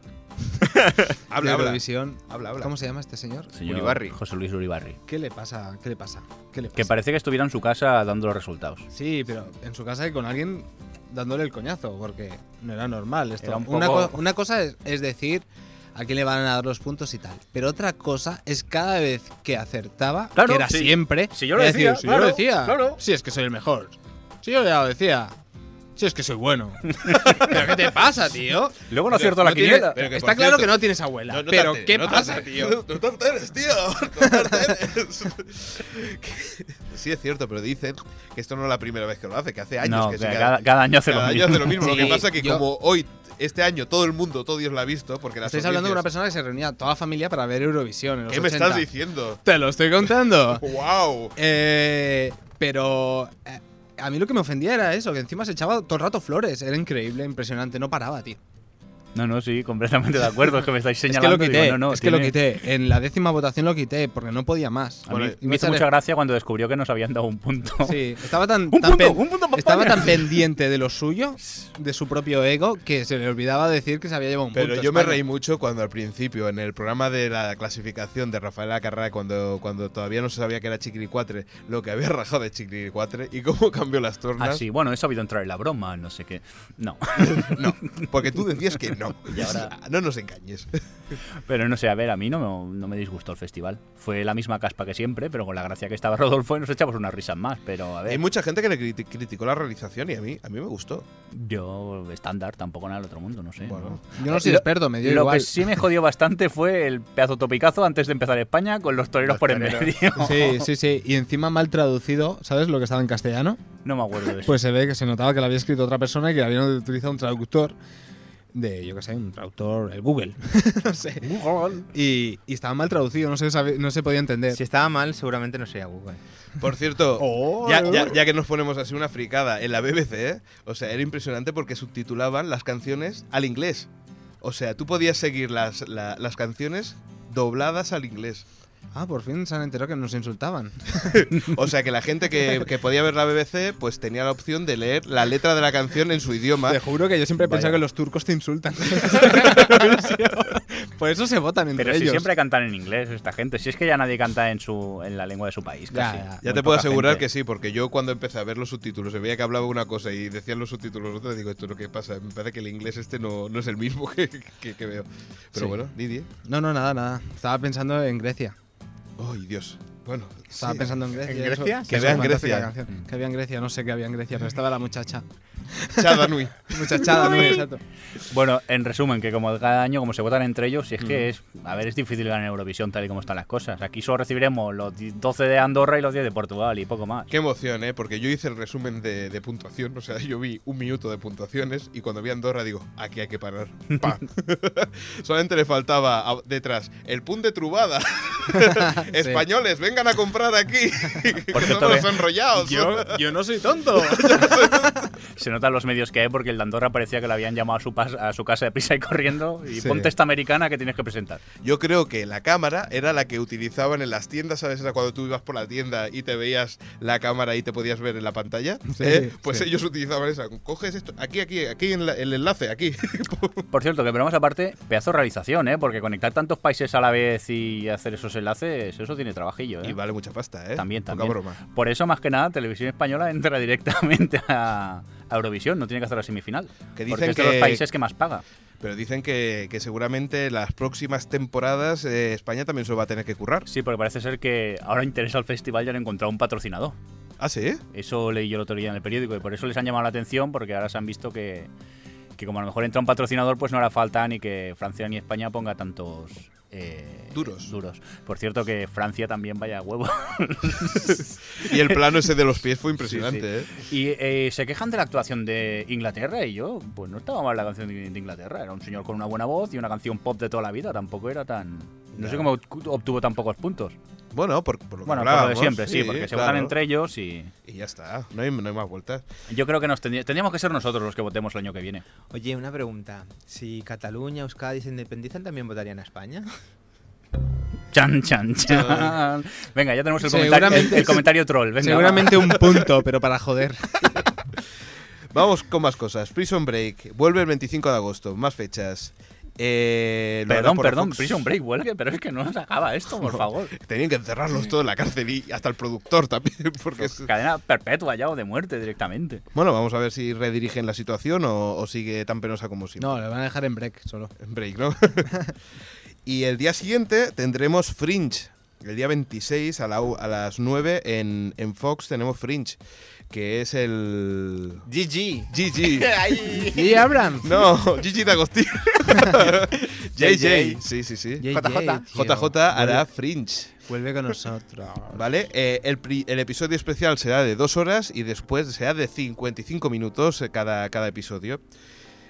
habla, habla.
de Eurovisión.
Habla, habla.
¿Cómo se llama este señor?
Señor
Uribarri.
José Luis Uribarri.
¿Qué le pasa? ¿Qué le pasa? ¿Qué le pasa?
Que parece que estuviera en su casa dando los resultados.
Sí, pero en su casa y con alguien dándole el coñazo, porque no era normal esto.
Era un
una,
poco-
co- una cosa es, es decir a quién le van a dar los puntos y tal, pero otra cosa es cada vez que acertaba,
Claro,
que era
sí.
siempre,
Si yo lo
era decir,
decía,
si
claro,
yo lo decía,
claro.
si es que soy el mejor, si yo ya lo decía, si es que soy bueno. ¿Pero qué te pasa, tío?
Luego no acierto
No
la
tiene-
quiniela.
pero que,
está
por
claro
cierto-
que no tienes abuela,
No, no
pero
tarteres,
¿qué
no
pasa,
tarteres,
tío?
No tarteres, tío. No tarteres. sí, es cierto, pero dicen que esto no es la primera vez que lo hace, que hace años
No,
que se
cada,
queda-
cada año hace
Cada
lo
año
mismo.
hace lo mismo. lo que
Sí,
pasa que
yo-
como hoy, este año, todo el mundo, todo Dios lo ha visto, porque las
Estáis hablando de una
audiencias-
persona que se reunía toda la familia para ver Eurovisión en los
¿Qué me
80.
estás diciendo?
Te lo estoy contando.
¡Wow!
Eh, pero eh, a mí lo que me ofendía era eso, que encima se echaba todo el rato flores. Era increíble, impresionante, no paraba, tío.
No, no, sí, completamente de acuerdo. Es que me estáis
Es que
señalando.
lo quité,
digo, no, no,
es que
tiene-
lo quité. En la décima votación lo quité porque no podía más.
A
Bueno,
mí
y
me hizo
sale-
mucha gracia cuando descubrió que nos habían dado un punto.
Sí, estaba tan,
Un
tan
punto,
pen-
un punto para
estaba
España.
tan pendiente de lo suyo, de su propio ego, que se le olvidaba decir que se había llevado un
Pero
punto.
yo me
España.
reí mucho cuando al principio, en el programa de la clasificación de Rafael Acarrá, cuando, cuando todavía no se sabía que era Chiquilicuatre, lo que había rajado de Chiquilicuatre y cómo cambió las tornas.
Ah, sí, bueno, he sabido entrar en la broma, no sé qué. No,
No, porque tú decías que no.
Y ahora-
No nos engañes.
pero no sé, a ver, a mí no, me- no me disgustó el festival. Fue la misma caspa que siempre, pero con la gracia que estaba Rodolfo y nos echamos unas risas más. Pero a
Hay
ver,
mucha gente que le criti- criticó la realización y a mí, a mí me gustó.
yo estándar, tampoco nada del otro mundo, no sé.
Bueno.
¿no?
Yo no soy
Lo-
experto, me dio
Lo
igual.
que sí me jodió bastante fue el pedazo topicazo antes de empezar España con los toreros
Los
por en
toreros.
medio.
Sí, sí, sí. Y encima mal traducido, ¿sabes lo que estaba en castellano?
No me acuerdo de eso.
Pues se ve que se notaba que lo había escrito otra persona y que habían utilizado un traductor de, yo qué sé, un traductor, el Google. no sé. Pues, Y, y estaba mal traducido, no se, sabe- no se podía entender.
Si estaba mal, seguramente no sería Google.
Por cierto,
Oh.
ya, ya- ya que nos ponemos así una fricada en la BBC, ¿eh? o sea, era impresionante porque subtitulaban las canciones al inglés. O sea, tú podías seguir las, la- las canciones dobladas al inglés.
Ah, por fin se han enterado que nos insultaban.
O sea, que la gente que, que podía ver la BBC, pues tenía la opción de leer la letra de la canción en su idioma.
Te juro que yo siempre he
Vaya.
pensado que los turcos te insultan. por eso se votan entre
Pero si
ellos.
siempre cantan en inglés esta gente, si es que ya nadie canta en su en la lengua de su país,
Ya,
casi.
ya.
Ya te puedo asegurar que sí, porque yo cuando empecé a ver los subtítulos, se veía que hablaba una cosa y decían los subtítulos otra, digo, esto es lo que pasa. Me parece que el inglés este no, no es el mismo que, que- que veo. Pero
Sí.
bueno, Didier.
No, no, nada, nada. Estaba pensando en Grecia.
¡Ay, Dios! Bueno,
Estaba
sí.
pensando en Grecia.
¿En Grecia?
Que vea en
fantástica
Grecia.
canción. Que había en Grecia, no sé qué había en Grecia, pero estaba la muchacha.
Chadanui.
Muchachada, no, exacto.
Bueno, en resumen, que como cada año, como se votan entre ellos, si es
Mm.
que es. A ver, es difícil ganar en Eurovisión tal y como están las cosas. Aquí solo recibiremos los 10 12 de Andorra y los 10 de Portugal y poco más.
Qué emoción, ¿eh? Porque yo hice el resumen de, de puntuación, o sea, yo vi un minuto de puntuaciones y cuando vi Andorra digo, aquí hay que parar. Pa. Solamente le faltaba a- detrás el pun de Trubada. Españoles, vengan a comprar aquí. que
Por
son
cierto,
los
ve-
enrollados.
yo no soy tonto.
Se notan los medios que hay porque el de Andorra parecía que le habían llamado a su, pas- a su casa de prisa y corriendo y
Sí.
ponte esta americana que tienes que presentar.
Yo creo que la cámara era la que utilizaban en las tiendas, ¿sabes? Era cuando tú ibas por la tienda y te veías la cámara y te podías ver en la pantalla.
Sí,
¿eh? Pues
sí.
ellos utilizaban esa. Coges esto, aquí, aquí, aquí, en la- el enlace, aquí.
Por cierto, que bromas aparte, pedazo de realización, ¿eh? Porque conectar tantos países a la vez y hacer esos enlaces, eso tiene trabajillo, ¿eh?
Y vale mucha pasta, ¿eh?
También,
Poca
también.
broma.
Por eso, más que nada, Televisión Española entra directamente a, a Eurovisión, no tiene que hacer la semifinal.
Que dicen
porque es de
que-
los países que más paga.
Pero dicen que, que seguramente las próximas temporadas eh, España también se lo va a tener que currar.
Sí, porque parece ser que ahora interesa al festival ya han encontrado un patrocinador.
Ah, sí.
Eso leí yo el otro día en el periódico y por eso les han llamado la atención porque ahora se han visto que, que como a lo mejor entra un patrocinador, pues no hará falta ni que Francia ni España ponga tantos... eh,
Duros.
Duros. Por cierto que Francia también vaya a huevo.
Y el plano ese de los pies fue impresionante, ¿eh?
Y eh, se quejan de la actuación de Inglaterra y yo, pues no estaba mal la canción de, de Inglaterra. Era un señor con una buena voz y una canción pop de toda la vida. Tampoco era tan... No sé cómo obtuvo tan pocos puntos.
Bueno, por, por lo que
Bueno, por lo de
hablábamos,
siempre, sí, porque se votan
claro.
entre ellos y...
Y ya está, no hay, no hay más vueltas.
Yo creo que nos tendría- tendríamos que ser nosotros los que votemos el año que viene.
Oye, una pregunta. Si Cataluña, Euskadi se independizan, ¿también votarían a España?
Chan, chan, chan. Venga, ya tenemos el comentario, el,
Seguramente-
el comentario troll. Venga,
Seguramente un punto, pero para joder.
Vamos con más cosas. Prison Break vuelve el 25 de agosto, más fechas. Eh, lo
va.
hará
Perdón,
por la
perdón,
Fox.
Prison Break, vuelve, pero es que no nos acaba esto, por favor.
Tenían que encerrarlos todos en la cárcel y hasta el productor también. Porque es-
Cadena perpetua ya o de muerte directamente.
Bueno, vamos a ver si redirigen la situación o, o sigue tan penosa como siempre.
No, lo van a dejar en break solo.
En break, ¿no? y el día siguiente tendremos Fringe. El día 26 a, la u- a las 9 en, en Fox tenemos Fringe, que es el...
GG.
GG.
Y Abrams.
No, Gigi D'Agostino. JJ.
JJ.
Sí, sí, sí.
JJ.
tío.
JJ hará Fringe,
Vuelve con nosotros.
¿vale? Eh, el, pri- el episodio especial será de dos horas y después será de 55 minutos eh, cada, cada episodio.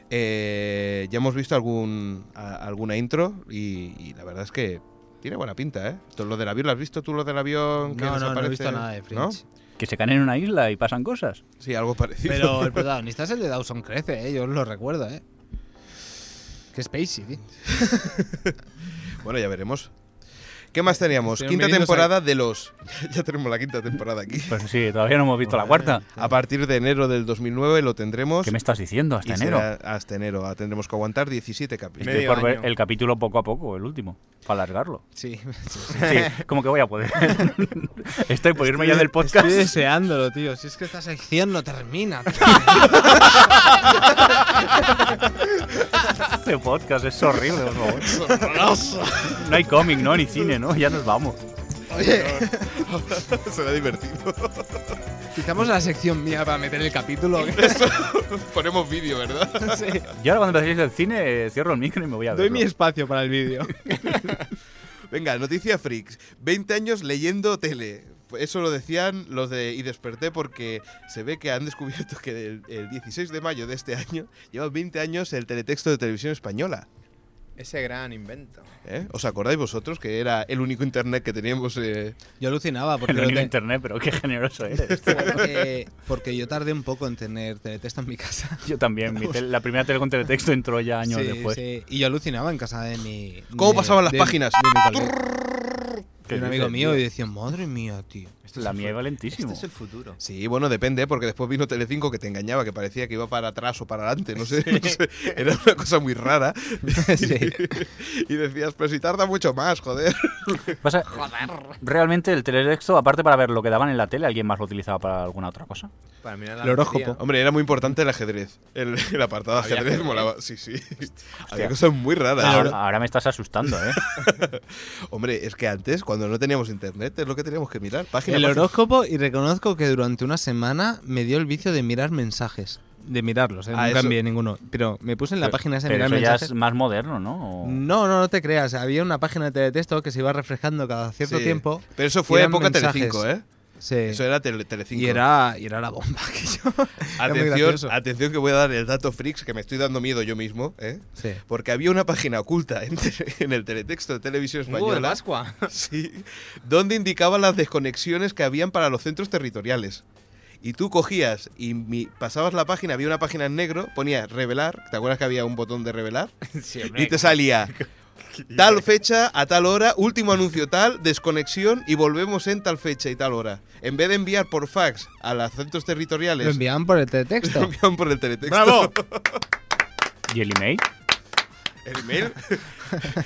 Eh, ya hemos visto algún, a- alguna intro y, y la verdad es que tiene buena pinta, ¿eh? Todo lo del avión, ¿lo has visto tú lo del avión? que
No, no, no
desaparece?
he visto nada de Fringe.
¿No?
Que se caen en una isla y pasan cosas.
Sí, algo parecido.
Pero el protagonista es el de Dawson Crece, ¿eh? yo os lo recuerdo, ¿eh? Que Spacey, tío.
Bueno, ya veremos. ¿Qué más teníamos?
Estoy
quinta
mirando
temporada de los... ya tenemos la quinta temporada aquí.
Pues sí, todavía no hemos visto la cuarta.
A partir de enero del 2009 lo tendremos.
¿Qué me estás diciendo
y
hasta enero?
será Hasta enero. Ah, Tendremos que aguantar 17 capítulos.
Estoy
Medio
por ver
año.
el capítulo poco a poco, el último, para alargarlo.
Sí.
Sí, como que voy a poder. Estoy por irme ya del podcast.
Estoy deseándolo, tío. Si es que esta sección no termina, tío.
Este podcast es horrible, por favor. No hay cómic, ¿no? Ni cine, ¿no? Ya nos vamos.
Será divertido.
Quitamos la sección mía para meter el capítulo.
Ponemos vídeo, ¿verdad?
Yo ahora cuando empecéis el cine eh, cierro el micro y me voy a ver.
Doy mi espacio para el vídeo.
Venga, noticia freaks. 20 años leyendo tele. Eso lo decían los de Y desperté porque se ve que han descubierto que el, el 16 de mayo de este año lleva 20 años el teletexto de televisión española.
Ese gran invento.
¿eh? ¿Os acordáis vosotros que era el único internet que teníamos? eh?
Yo alucinaba porque,
El
lo
único
te-
internet, pero qué generoso eres.
porque, porque yo tardé un poco en tener teletexto en mi casa.
Yo también. mi tel- la primera tele con teletexto entró ya años
Sí,
después.
sí. Y yo alucinaba en casa de mi.
¿Cómo
de-
pasaban las
de-
páginas?
de mi colega.
¿Qué
De un amigo
dices,
mío
tío?
y decía, madre mía, tío.
La mía es valentísimo.
Este es el futuro.
Sí, bueno, depende, ¿eh? porque después vino Telecinco que te engañaba, que parecía que iba para atrás o para adelante, no sé, no sé. era una cosa muy rara. Y decías, pero si tarda mucho más, joder.
Pasa- Realmente el teletexto, aparte para ver lo que daban en la tele, alguien más lo utilizaba para alguna otra cosa.
Para mirar la
Lo
lotería.
rojo,
Hombre, era muy importante el ajedrez. El, el apartado de
Había
ajedrez
ajedrez.
molaba. Sí, sí. Había cosas muy raras.
Ahora, ahora me estás asustando, ¿eh?
Hombre, es que antes, cuando no teníamos internet, es lo que teníamos que mirar. Página
El
a página.
horóscopo y reconozco que durante una semana me dio el vicio de mirar mensajes. De mirarlos, ¿eh?
Ah,
no
eso-
cambié ninguno. Pero me puse en la
Pero-
página esa de
pero
mirar
eso ya
mensajes. Mm.
es más moderno, ¿no? O-
No, no, no te creas. Había una página de teletexto que se iba refrescando cada cierto
Sí.
tiempo.
Pero eso
y
fue
eran
época
mensajes.
Telecinco, ¿eh?
Sí.
Eso era tele, Telecinco.
y, era, y era la bomba que yo. era muy gracioso.
Atención, atención que voy a dar el dato freaks, que me estoy dando miedo yo mismo, ¿eh?
Sí.
Porque había una página oculta en, tele- en el teletexto de televisión
Uh, de
española
Pascua.
sí, donde indicaba las desconexiones que habían para los centros territoriales. Y tú cogías y mi- pasabas la página, había una página en negro, ponía revelar, ¿te acuerdas que había un botón de revelar? y te salía tal fecha a tal hora, último anuncio tal, desconexión y volvemos en tal fecha y tal hora. En vez de enviar por fax a los centros territoriales,
Lo enviaban por el
lo
teletexto.
enviaban por el teletexto.
¡Bravo!
¿Y el email?
El email.
¿Qué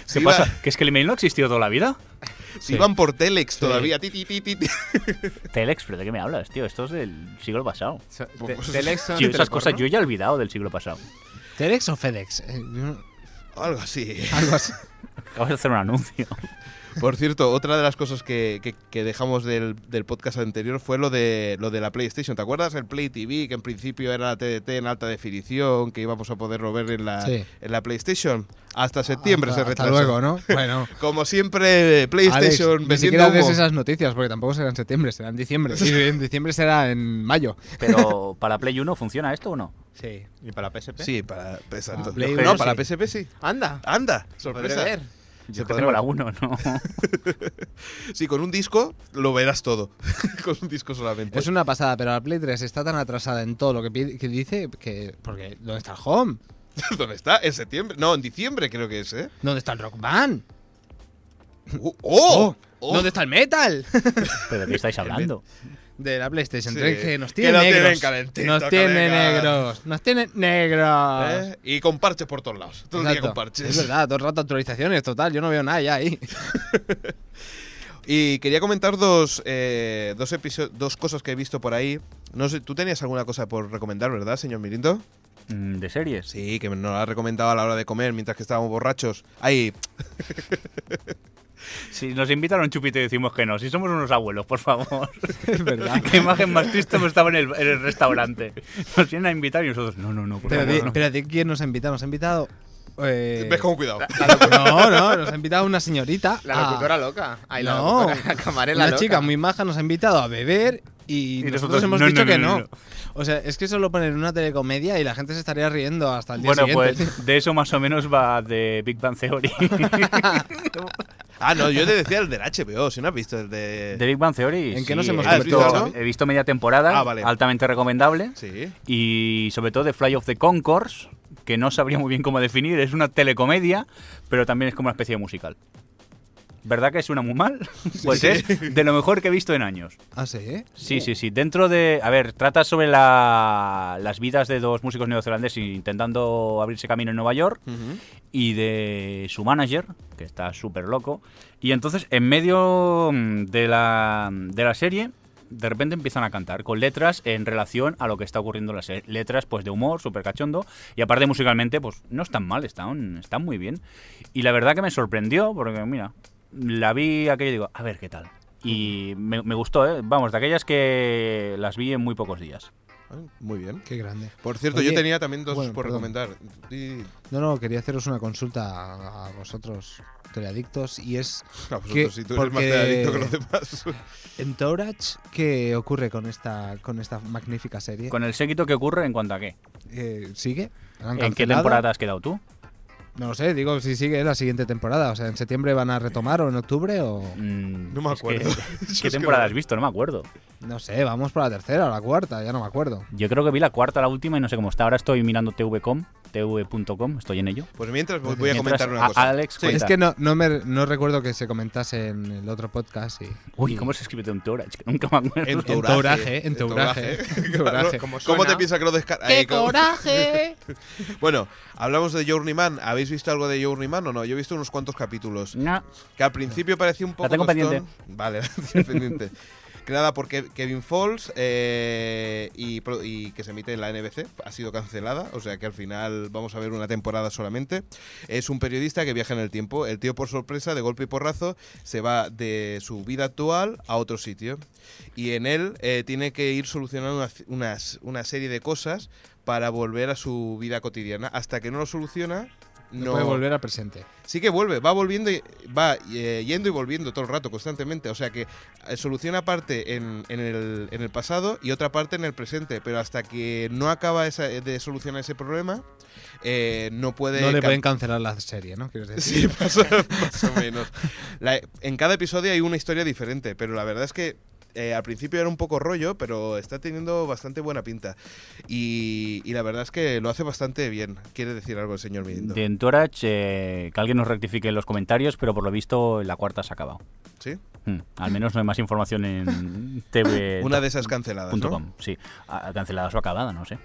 Se iba-
pasa? ¿Que es que el email no ha existido toda la vida?
se iban por telex todavía. ti, ti, ti, ti, ti.
Telex, ¿pero de qué me hablas, tío? Esto es del siglo pasado.
So- te-
Pues-
Telex son
Tío, esas
teleporno.
cosas yo ya he olvidado del siglo pasado.
¿Telex o FedEx? Eh, yo-
Algo así.
Algo así.
Acabas de hacer un anuncio.
Por cierto, otra de las cosas que, que- que dejamos del, del podcast anterior fue lo de lo de la PlayStation. ¿Te acuerdas? El Play TV, que en principio era la TDT en alta definición, que íbamos a poderlo ver en la,
Sí.
en la PlayStation. Hasta septiembre
Hasta-
se retrasó.
Hasta luego, ¿no? Bueno.
Como siempre,
Alex,
PlayStation
ni
vendiendo
siquiera des
humo.
esas noticias porque tampoco será en septiembre, será en diciembre. Y en diciembre será en mayo.
Pero, ¿para Play 1 funciona esto o no?
Sí.
¿Y para la PSP?
Sí, para exacto.
Ah, Play
no,
uno
para
sí.
PSP sí.
Anda.
Anda,
Podré
sorpresa.
ver.
Se
Yo que
podrá
tengo
ver.
la 1, ¿no?
Sí, con un disco lo verás todo. con un disco solamente.
Es una pasada, pero la Play 3 está tan atrasada en todo lo que, pide- que dice que. Porque, ¿dónde está el Home?
¿Dónde está? En septiembre. No, en diciembre creo que es, ¿eh?
¿Dónde está el Rock Band?
¡Oh! ¡Oh! oh.
¿Dónde está el Metal?
¿Pero de qué estáis hablando?
De la PlayStation
Sí.
3 que nos
Que
tiene
lo tienen
negros.
calentito,
nos tiene
colega.
negros. Nos tiene negros.
¿Eh? Y con parches por todos lados. Todo el día
Exacto.
con parches.
Es verdad, todo el rato actualizaciones, total. Yo no veo nada ya ahí.
Y quería comentar dos, eh, dos, episo- dos cosas que he visto por ahí. No sé, tú tenías alguna cosa por recomendar, ¿verdad, señor Mirindo?
Mm, ¿De series?
Sí, que nos la ha recomendado a la hora de comer mientras que estábamos borrachos. Ahí,
Si nos invitan a un chupito y decimos que no, si somos unos abuelos, por favor.
Es verdad.
Qué imagen más triste me estaba en el, en el restaurante. Nos vienen a invitar y nosotros, no, no, no, por
Pero,
favor,
di-
no.
pero di quién nos ha invitado. Nos ha invitado. eh,
ves con cuidado.
No, no, nos ha invitado una señorita.
La
a-
locutora loca. Ay, la
Ah. No,
locutora, la camarera
una
loca.
chica muy maja nos ha invitado a beber y,
Y
nosotros,
nosotros,
hemos
no, no,
dicho
no,
que
no,
no.
no.
O sea, es que eso lo ponen en una telecomedia y la gente se estaría riendo hasta el día
Bueno,
siguiente.
pues de eso más o menos va de Big Bang Theory.
Ah, no, yo te decía el del HBO, si no has visto el de...
de Big Bang Theory.
¿En qué
sí,
nos hemos
Ah, ¿has
he visto-
visto algo?
He visto media temporada,
Ah, vale.
altamente recomendable.
Sí.
y sobre todo de Fly of the Concourse, que no sabría muy bien cómo definir, es una telecomedia, pero también es como una especie de musical. ¿Verdad que suena muy mal? Pues es de lo mejor que he visto en años.
Ah, sí, ¿eh?
Sí, sí, sí. Dentro de... A ver, trata sobre la- las vidas de dos músicos neozelandeses intentando abrirse camino en Nueva York
Ujú.
y de su manager, que está súper loco. Y entonces, en medio mm, de la, de la serie, de repente empiezan a cantar con letras en relación a lo que está ocurriendo en la serie. Letras, pues, de humor, súper cachondo. Y aparte, musicalmente, pues, no están mal, están, están muy bien. Y la verdad que me sorprendió, porque, mira, la vi aquello y digo, a ver qué tal. Y me, me gustó, ¿eh? Vamos, de aquellas que las vi en muy pocos días.
Ah, Muy bien.
Qué grande.
Por cierto,
Oye,
yo tenía también dos
bueno,
por
perdón.
recomendar. Y-
No, no, quería haceros una consulta a- a vosotros, teleadictos, y es
A vosotros,
¿Qué?
si tú eres más
Porque-
adicto que los demás.
en Tourage, ¿qué ocurre con esta, con esta magnífica serie?
Con el séquito que ocurre en cuanto a qué.
Eh, ¿Sigue? ¿La han
¿En qué
cancelado?
temporada has quedado tú?
No lo sé, digo, si sigue la siguiente temporada. O sea, ¿en septiembre van a retomar o en octubre o...?
Mm,
No me
es que-
acuerdo.
¿Qué
que
temporada
no.
has visto? No me acuerdo.
No sé, vamos por la tercera o la cuarta, ya no me acuerdo.
Yo creo que vi la cuarta, la última y no sé cómo está. Ahora estoy mirando tv.com, tv.com, estoy en ello.
Pues mientras voy voy a
Mientras,
comentar
a-
una cosa.
Alex,
Sí.
cuenta.
Es que no, no, me, no recuerdo que se comentase en el otro podcast. Y,
Uy, ¿cómo se escribe Entourage? Que nunca me acuerdo.
En
Touraje,
touraje.
en Touraje, en Touraje.
¿Cómo,
Como suena.
te piensas que lo descargas? ¡Qué coraje! bueno, hablamos de Journeyman. ¿Habéis visto algo de Journeyman o no? Yo he visto unos cuantos capítulos.
No.
Que al principio parecía un poco.
tengo
tostón.
pendiente.
Vale, la tienes pendiente. Creada por Kev- Kevin Falls eh, y, pro- y que se emite en la NBC, ha sido cancelada, o sea que al final vamos a ver una temporada solamente. Es un periodista que viaja en el tiempo. El tío, por sorpresa, de golpe y porrazo, se va de su vida actual a otro sitio. Y en él eh, tiene que ir solucionando una, unas- una serie de cosas para volver a su vida cotidiana. Hasta que no lo soluciona,
No,
no,
puede volver al presente.
Sí que vuelve, va volviendo y va eh, yendo y volviendo todo el rato, constantemente. O sea que eh, soluciona parte en, en el, en el pasado y otra parte en el presente. Pero hasta que no acaba esa- eh, de solucionar ese problema, eh, no puede.
No le
cam-
pueden cancelar la serie, ¿no? Quieres decir.
Sí, más o, más o menos. La- en cada episodio hay una historia diferente, pero la verdad es que eh, al principio era un poco rollo, pero está teniendo bastante buena pinta. Y, y la verdad es que lo hace bastante bien. Quiere decir algo el señor Mirindo.
De Entourage, eh, que alguien nos rectifique en los comentarios, pero por lo visto la cuarta se ha acabado.
¿Sí?
Hmm, Al menos no hay más información en
Eh,
TV.
Una de esas canceladas.
punto
¿no?
com, sí. Ah, Cancelada o acabada, no sé.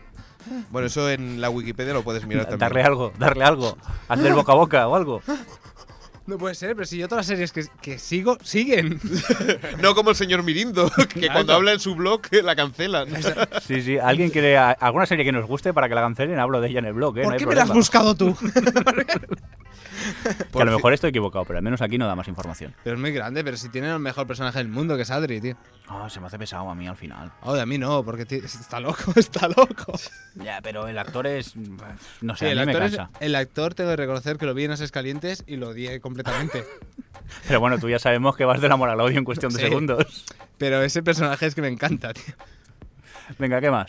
Bueno, eso en la Wikipedia lo puedes mirar también.
Darle algo, darle algo. Hazle el boca a boca o algo.
No puede ser, pero si yo todas las series que, que sigo, siguen.
No como el señor Mirindo, que cuando habla en su blog eh, la cancelan.
Sí, sí. Alguien quiere a- alguna serie que nos guste para que la cancelen, hablo de ella en el blog. ¿eh? No
¿Por
hay
qué me la has
problema.
buscado tú?
Que a lo mejor estoy equivocado, pero al menos aquí no da más información.
pero es muy grande, pero si tiene el mejor personaje del mundo, que es Adri, tío.
Ah, se me hace pesado a mí al final.
Oh, de a mí no, porque ti- está loco, está loco.
Ya, pero el actor es. mm, No
Sí,
sé, a
el
mí
actor,
me
es-
cansa.
el actor tengo que reconocer que lo vi en Ases Calientes y lo odié completamente.
Pero bueno, tú ya sabemos que vas del amor al odio en cuestión de
Sí.
segundos.
pero ese personaje es que me encanta, tío.
Venga, ¿qué más?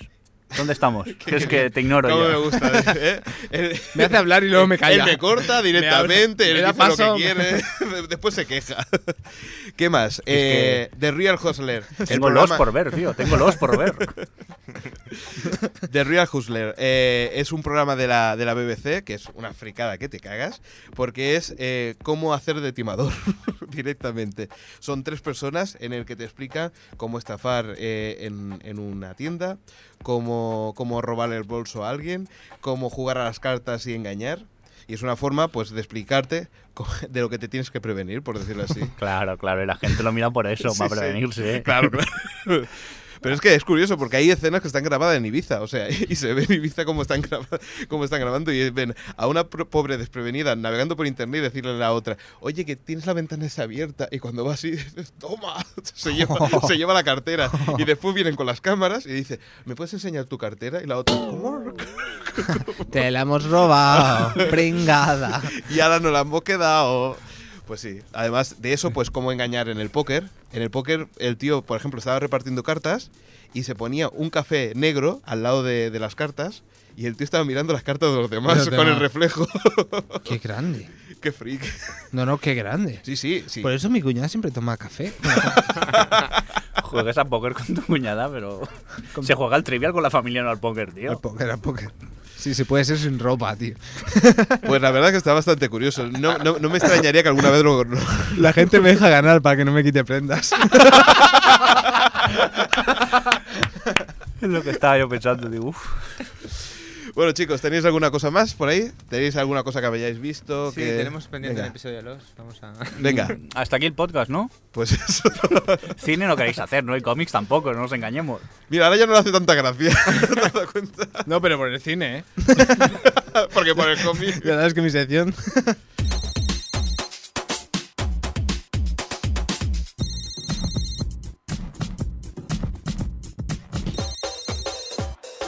¿Dónde estamos? Que es que te ignoro
¿Cómo
ya.
me gusta? ¿eh? Él-
Me hace hablar y luego me
Él
calla.
me corta directamente,
Me
él
da
dice lo que
paso.
quiere, después se queja. ¿Qué más? Eh, The Real Hustler.
Tengo los por ver, tío. Tengo los por ver.
The Real Hustler eh, es un programa de la, de la BBC, que es una fricada que te cagas, porque es eh, cómo hacer de timador directamente. Son tres personas en el que te explica cómo estafar eh, en, en una tienda, cómo, cómo robar el bolso a alguien, cómo jugar a las cartas y engañar. Y es una forma pues de explicarte co- de lo que te tienes que prevenir, por decirlo así.
Claro, claro. Y la gente lo mira por eso,
Sí,
para
sí.
prevenirse. ¿eh?
Claro, claro. Pero es que es curioso porque hay escenas que están grabadas en Ibiza, o sea, y se ve en Ibiza cómo están, graba- cómo están grabando y ven a una pro- pobre desprevenida navegando por internet y decirle a la otra, oye, que tienes la ventana esa abierta y cuando va así, dices, toma, se lleva, se lleva la cartera y después vienen con las cámaras y dice, ¿me puedes enseñar tu cartera? Y la otra, "¿Cómo?".
Te la hemos robado, pringada.
y ahora nos la hemos quedado. Pues sí, además de eso, pues cómo engañar en el póker. En el póker, el tío, por ejemplo, estaba repartiendo cartas y se ponía un café negro al lado de, de las cartas y el tío estaba mirando las cartas de los demás
Los
con el
demás.
reflejo.
Qué grande.
¡Qué freak!
No, no, qué grande.
Sí, sí, sí.
Por eso mi cuñada siempre toma café.
Juegas a póker con tu cuñada, pero. Se juega al trivial con la familia, no al póker,
Al
tío.
póker, al póker. Sí, se puede ser sin ropa, tío.
Pues la verdad que está bastante curioso. No, no, no me extrañaría que alguna vez lo... lo-
La gente me deja ganar para que no me quite prendas.
Es lo que estaba yo pensando, digo, uff.
Bueno, chicos, ¿tenéis alguna cosa más por ahí? ¿Tenéis alguna cosa que habéis visto?
Sí,
que-
tenemos pendiente
Venga.
el episodio de los. Vamos a.
Venga,
Hasta aquí el podcast, ¿no?
pues eso.
Cine no queréis hacer, ¿no? Y cómics tampoco, no nos engañemos.
Mira, ahora ya no le hace tanta gracia. ¿Te has dado cuenta?
No, pero por el cine, ¿eh?
Porque por el cómic...
La verdad es que mi sección.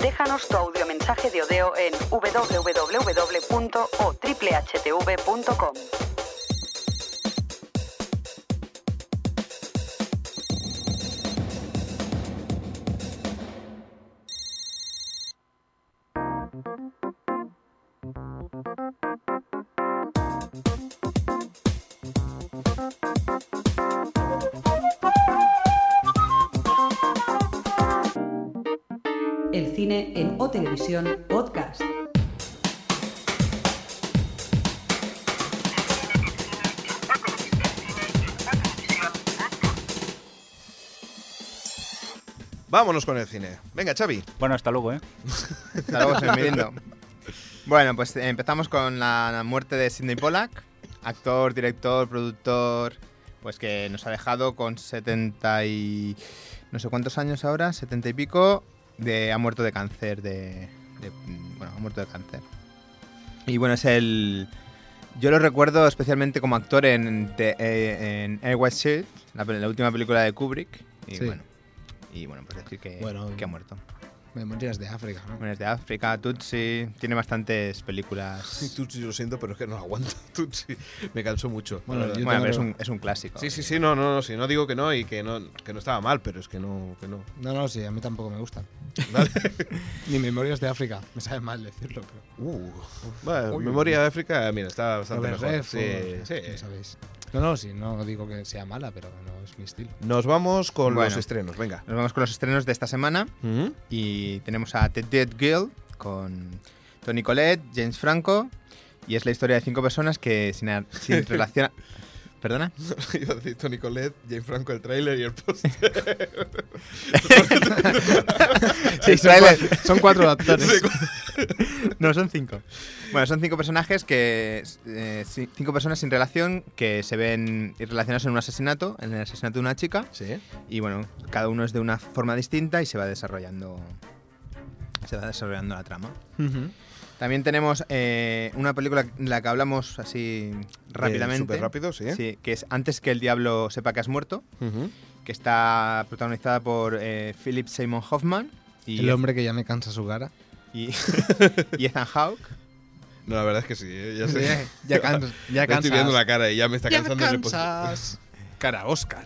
Déjanos tu audiomensaje de Odeo en www.otriplehtv.com. El cine en O Televisión Podcast.
Vámonos con el cine. Venga, Xavi.
Bueno, hasta luego, ¿eh?
Hasta luego, señor Mirindo. Bueno, pues eh, empezamos con la, la muerte de Sidney Pollack, actor, director, productor, pues que nos ha dejado con 70 y no sé cuántos años ahora, 70 y pico, de ha muerto de cáncer, de, de- bueno, ha muerto de cáncer. Y bueno, es el yo lo recuerdo especialmente como actor en The- eh, en Air White Shield, la, pel- la última película de Kubrick, y
Sí.
bueno, y bueno, pues decir que,
Bueno,
que ha muerto.
Memorias de África, ¿no?
Memorias de África, Tutsi, tiene bastantes películas.
Tutsi, lo siento, pero es que no aguanto. Tutsi, me cansó mucho.
Bueno,
la verdad.
yo-
Bueno,
tengo-
pero es un, es un clásico.
Sí, sí, sí, no, no, no, sí, no digo que no y que no, que no estaba mal, pero es que no, que no.
No, no, sí, a mí tampoco me gustan.
Vale.
Ni Memorias de África. Me sabe mal decirlo, pero.
Uh, bueno, Memoria de África, mira, está bastante
Robert
mejor.
Redford,
Sí,
ya
sí.
sabéis. No, no, sí, no digo que sea mala, pero no es mi estilo.
Nos vamos con los
Bueno.
estrenos, venga.
Nos vamos con los estrenos de esta semana
¿Mm?
y tenemos a The Dead Girl con Tony Collette, James Franco y es la historia de cinco personas que sin, a- sin relación... a- ¿Perdona?
Iba a decir Tony Colette, Jane Franco, el tráiler y el post.
Sí, tráiler.
Son cuatro actores.
No, son cinco. Bueno, son cinco personajes que. eh, sí, cinco personas sin relación que se ven relacionados en un asesinato, en el asesinato de una chica.
Sí.
Y bueno, cada uno es de una forma distinta y se va desarrollando. Se va desarrollando la trama. También tenemos eh, una película de la que hablamos así rápidamente.
Súper rápido, sí.
Sí, que es Antes que el diablo sepa que has muerto,
Ujú.
que está protagonizada por eh, Philip Seymour Hoffman y,
El hombre que ya me cansa su cara.
y- y Ethan Hawke.
No, la verdad es que sí, ¿eh? ya sé.
Ya, ya canso- ya
Le estoy
cansas.
viendo la cara y ya me está cansando el post.
Cara Ah, Oscar.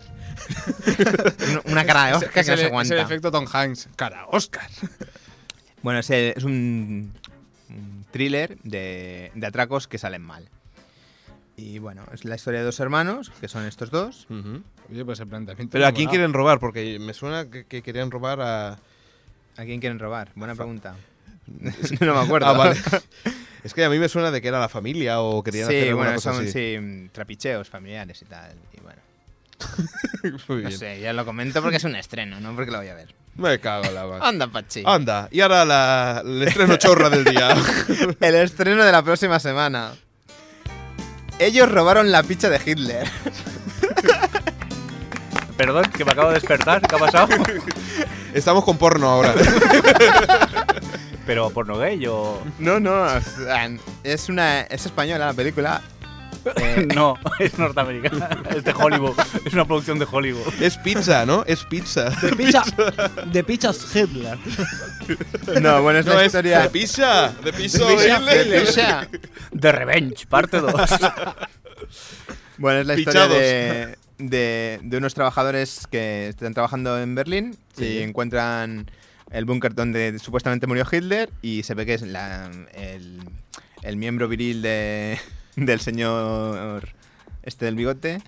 Una- Una cara de
Es-
Oscar
es
que no
el- Es
se
el
aguanta.
efecto Tom Hanks. Cara Oscar.
Bueno, es, el- es un, un thriller de, de atracos que salen mal. Y bueno, es la historia de dos hermanos, que son estos dos.
Ujú.
Oye, pues el planteamiento.
Pero
me
¿a
ha
quién
molado.
quieren robar? Porque me suena que, que querían robar a...
Ah, ¿A quién quieren robar? Buena pregunta. no me acuerdo.
Ah, vale. es que a mí me suena de que era la familia o querían hacer
Sí,
alguna
bueno,
cosa
son
así.
sí, trapicheos familiares y tal. Y bueno,
Muy
no
bien.
sé, ya lo comento porque es un estreno, no porque lo voy a ver.
Me cago en la mano.
Anda, Pachi.
Anda, y ahora la, el estreno chorra del día.
El estreno de la próxima semana. Ellos robaron la picha de Hitler.
Perdón, que me acabo de despertar, ¿qué ha pasado?
Estamos con porno ahora.
Pero porno gay o.
No, no, o sea, es una es española la película. Eh,
No, es norteamericana. Es de Hollywood. Es una producción de Hollywood.
Es pizza, ¿no? Es pizza.
Pizza. De pizzas Hitler.
no, bueno, es
No
la
es
historia
de pizza, de pizza
de
de
Hitler.
Hitler.
The Revenge, parte 2.
Bueno, es la historia
Pichados.
de, de, de unos trabajadores que están trabajando en Berlín y encuentran el búnker donde supuestamente murió Hitler y se ve que es la- el, el miembro viril de, del señor este del bigote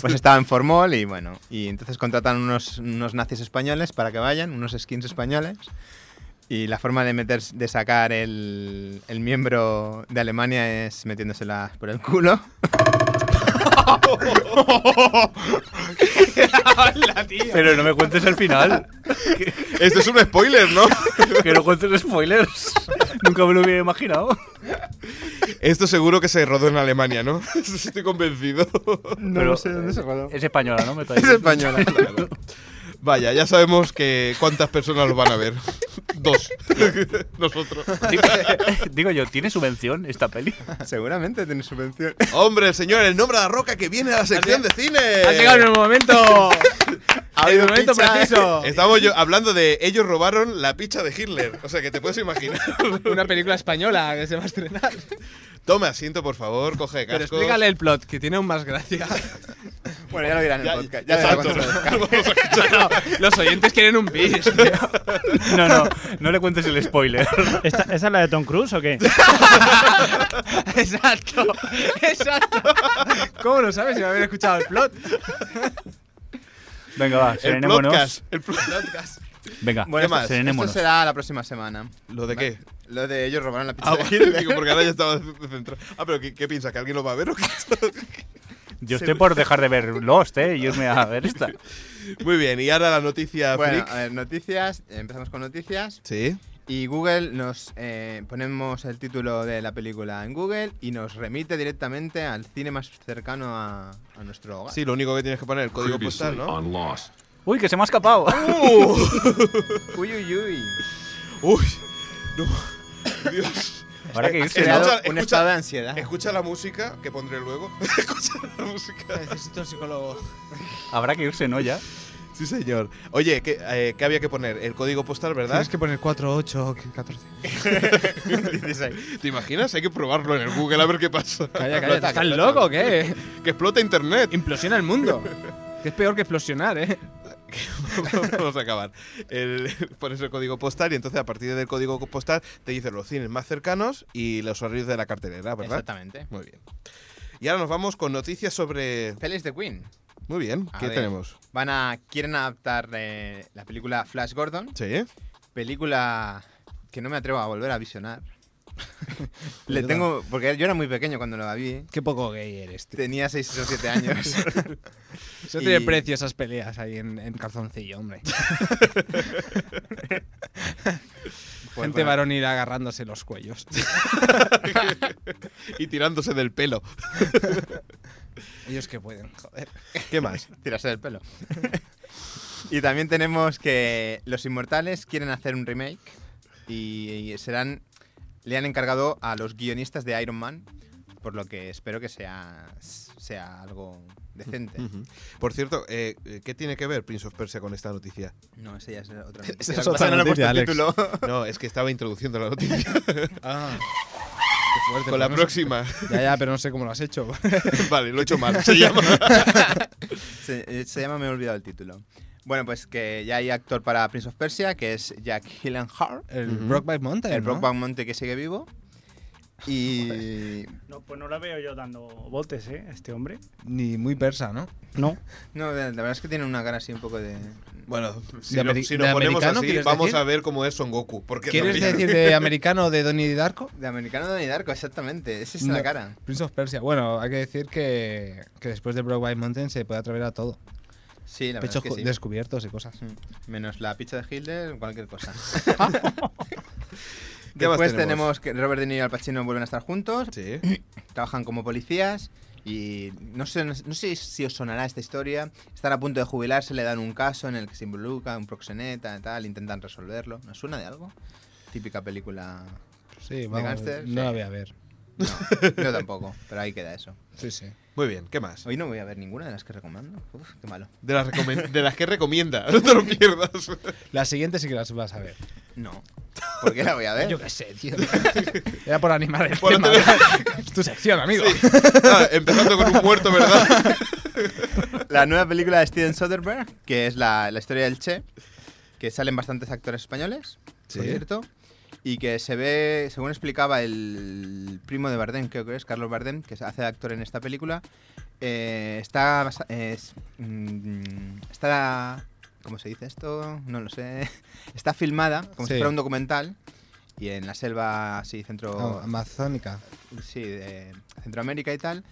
pues estaba en formol y bueno y entonces contratan unos, unos nazis españoles para que vayan unos skins españoles y la forma de meter de sacar el, el miembro de Alemania es metiéndosela por el culo
Pero no me cuentes el final.
Esto es un spoiler, ¿no?
Que no cuentes spoilers. Nunca me lo hubiera imaginado.
Esto seguro que se rodó en Alemania, ¿no? Estoy convencido.
No
Pero, eh,
lo sé dónde se rodó.
Es española, ¿no? Me está
Es
diciendo.
española.
Vaya, ya sabemos que cuántas personas lo van a ver. Dos. Nosotros.
Digo, digo yo, ¿tiene subvención esta peli?
Seguramente tiene subvención.
Hombre, señor, el nombre de la roca que viene a la sección de cine.
Ha llegado el momento. el
habido
momento
pizza, ¿eh?
preciso.
Estamos yo- hablando de ellos robaron la picha de Hitler. O sea, que te puedes imaginar.
Una película española que se va a estrenar.
Toma asiento, por favor, coge
Pero
cascos.
explícale el plot, que tiene aún más gracia.
Bueno, ya lo dirán en el podcast. Ya,
exacto.
lo dirán cuando-
Vamos a-
No, los oyentes quieren un bis. tío.
No, no, no le cuentes el spoiler.
¿Esta- ¿Esa es la de Tom Cruise o qué?
Exacto. Exacto. ¿Cómo lo sabes si no haber escuchado el plot?
Venga, va,
El
serenémonos.
podcast. El podcast.
Venga,
Bueno, este
¿Qué más?
esto- esto
serenémonos.
será la próxima semana.
¿Lo de qué?
Lo de ellos robaron la pizza
Ah,
de
vale,
Hitler.
digo, porque ahora ya estaba centrado. Ah, pero ¿qué, qué piensas? ¿Que alguien lo va a ver o qué?
Yo estoy por dejar de ver Lost, ¿eh? Y irme a ver esta.
Muy bien, y ahora la noticia
Bueno,
freak.
a ver, noticias. Empezamos con noticias.
eh,
Sí.
Y Google nos eh, ponemos el título de la película en Google y nos remite directamente al cine más cercano a, a nuestro hogar.
Sí, lo único que tienes que poner es el código postal, ¿no?
Uy, que se me ha escapado.
Uy, uy, uy.
Uy, no. Dios.
Ahora que
Has
dices,
creado
¿no?
Escucha,
un
escucha.
estado de ansiedad.
Escucha la música que pondré luego. Escucha la música.
Necesito un psicólogo.
Habrá que irse, ¿no? Ya.
Sí, señor. Oye, ¿qué, eh, qué había que poner? El código postal, ¿verdad?
Tienes que poner 4, 8, 14.
¿Te imaginas? Hay que probarlo en el Google a ver qué pasa.
Calla,
Explota,
calla.
que
¿Estás
explota.
loco o qué?
Que explota internet.
Implosiona el mundo. Que es peor que explosionar, ¿eh?
Vamos a acabar. El, pones el código postal y entonces a partir del código postal te dicen los cines más cercanos y los horarios de la cartelera, ¿verdad?
Exactamente.
Muy bien. Y ahora nos vamos con noticias sobre.
Pelis de Queen.
Muy bien,
A
¿qué
ver,
tenemos?
Van a, quieren adaptar eh, la película Flash Gordon,
Sí.
película que no me atrevo a volver a visionar. Le
Yo
tengo, porque yo era muy pequeño cuando la vi, ¿eh?
Qué poco gay eres, tío.
tenía 6 o 7 años.
Eso tiene
Y-
precio esas peleas ahí en, en calzoncillo, hombre.
Pues
Gente
bueno,
varón ir agarrándose los cuellos.
Y tirándose del pelo.
Ellos que pueden, joder.
¿Qué más?
Tirarse del pelo. y también tenemos que Los Inmortales quieren hacer un remake y, y serán le han encargado a los guionistas de Iron Man, por lo que espero que sea sea algo decente.
Ujú. Por cierto, eh, ¿qué tiene que ver Prince of Persia con esta noticia?
No, esa ya es otra.
Esa es
Lo que pasa
otra
que no le he puesto
noticia,
el
Alex.
título.
No, es que estaba introduciendo la noticia.
Ah. Qué fuerte,
con la
pero no sé-
próxima.
Ya, ya, pero no sé cómo lo has hecho.
vale, lo he hecho mal. Se llama.
Se, eh, se llama Me he olvidado el título. Bueno, pues que ya hay actor para Prince of Persia, que es Jack Hillenhart,
El
Ujú.
Brockback Mountain,
el
¿no?
Brockback Monte que sigue vivo. Y.
No, pues no la veo yo dando voltes, ¿eh? a Este hombre.
Ni muy persa, ¿no?
No.
No, la la verdad es que tiene una cara así un poco de.
Bueno, si,
¿De
no-
ameri-
si nos
de
ponemos
americano
así,
quieres
vamos
decir?
a ver cómo es Son Goku. Porque
¿Quieres
también-
decir de americano o de Donnie Darko?
De americano de Darko, exactamente. Esa es la
No.
cara.
Prince of Persia. Bueno, hay que decir que, que después de Brockback Mountain se puede atrever a todo.
Sí, la
Pechos
verdad es que sí.
descubiertos y cosas.
Mm. Menos la pizza de Hitler, cualquier cosa.
¿Qué más
Después
tenemos?
tenemos que Robert De Niro y Al Pacino vuelven a estar juntos,
Sí.
trabajan como policías y no sé, no sé si os sonará esta historia. Están a punto de jubilarse, le dan un caso en el que se involucra un proxeneta y tal, intentan resolverlo. ¿Nos suena de algo? Típica película.
Sí, vamos.
gángster,
no
sí.
la voy a ver.
No, yo tampoco, pero ahí queda eso.
Sí, sí.
Muy bien, ¿qué más?
Hoy no voy a ver ninguna de las que recomiendo. Uf, qué malo.
De las, recomen- de las que recomienda, no te lo pierdas.
La siguiente sí que las vas a ver.
No. ¿Por qué la voy a ver?
qué sé, tío. Era por animar el
Por
tema.
tener-
Es tu sección, amigo.
Ah, empezando con un muerto, ¿verdad?
La nueva película de Steven Soderbergh, que es la, la historia del Che, que salen bastantes actores españoles,
Sí.
por cierto, y que se ve, según explicaba el primo de Bardem, creo que es Carlos Bardem, que se hace de actor en esta película, eh, está, basa- es, mm, está, ¿cómo se dice esto? No lo sé. Está filmada como
Sí.
si fuera un documental y en la selva, así, centro,
Ah, Amazónica.
sí, de Centroamérica y tal.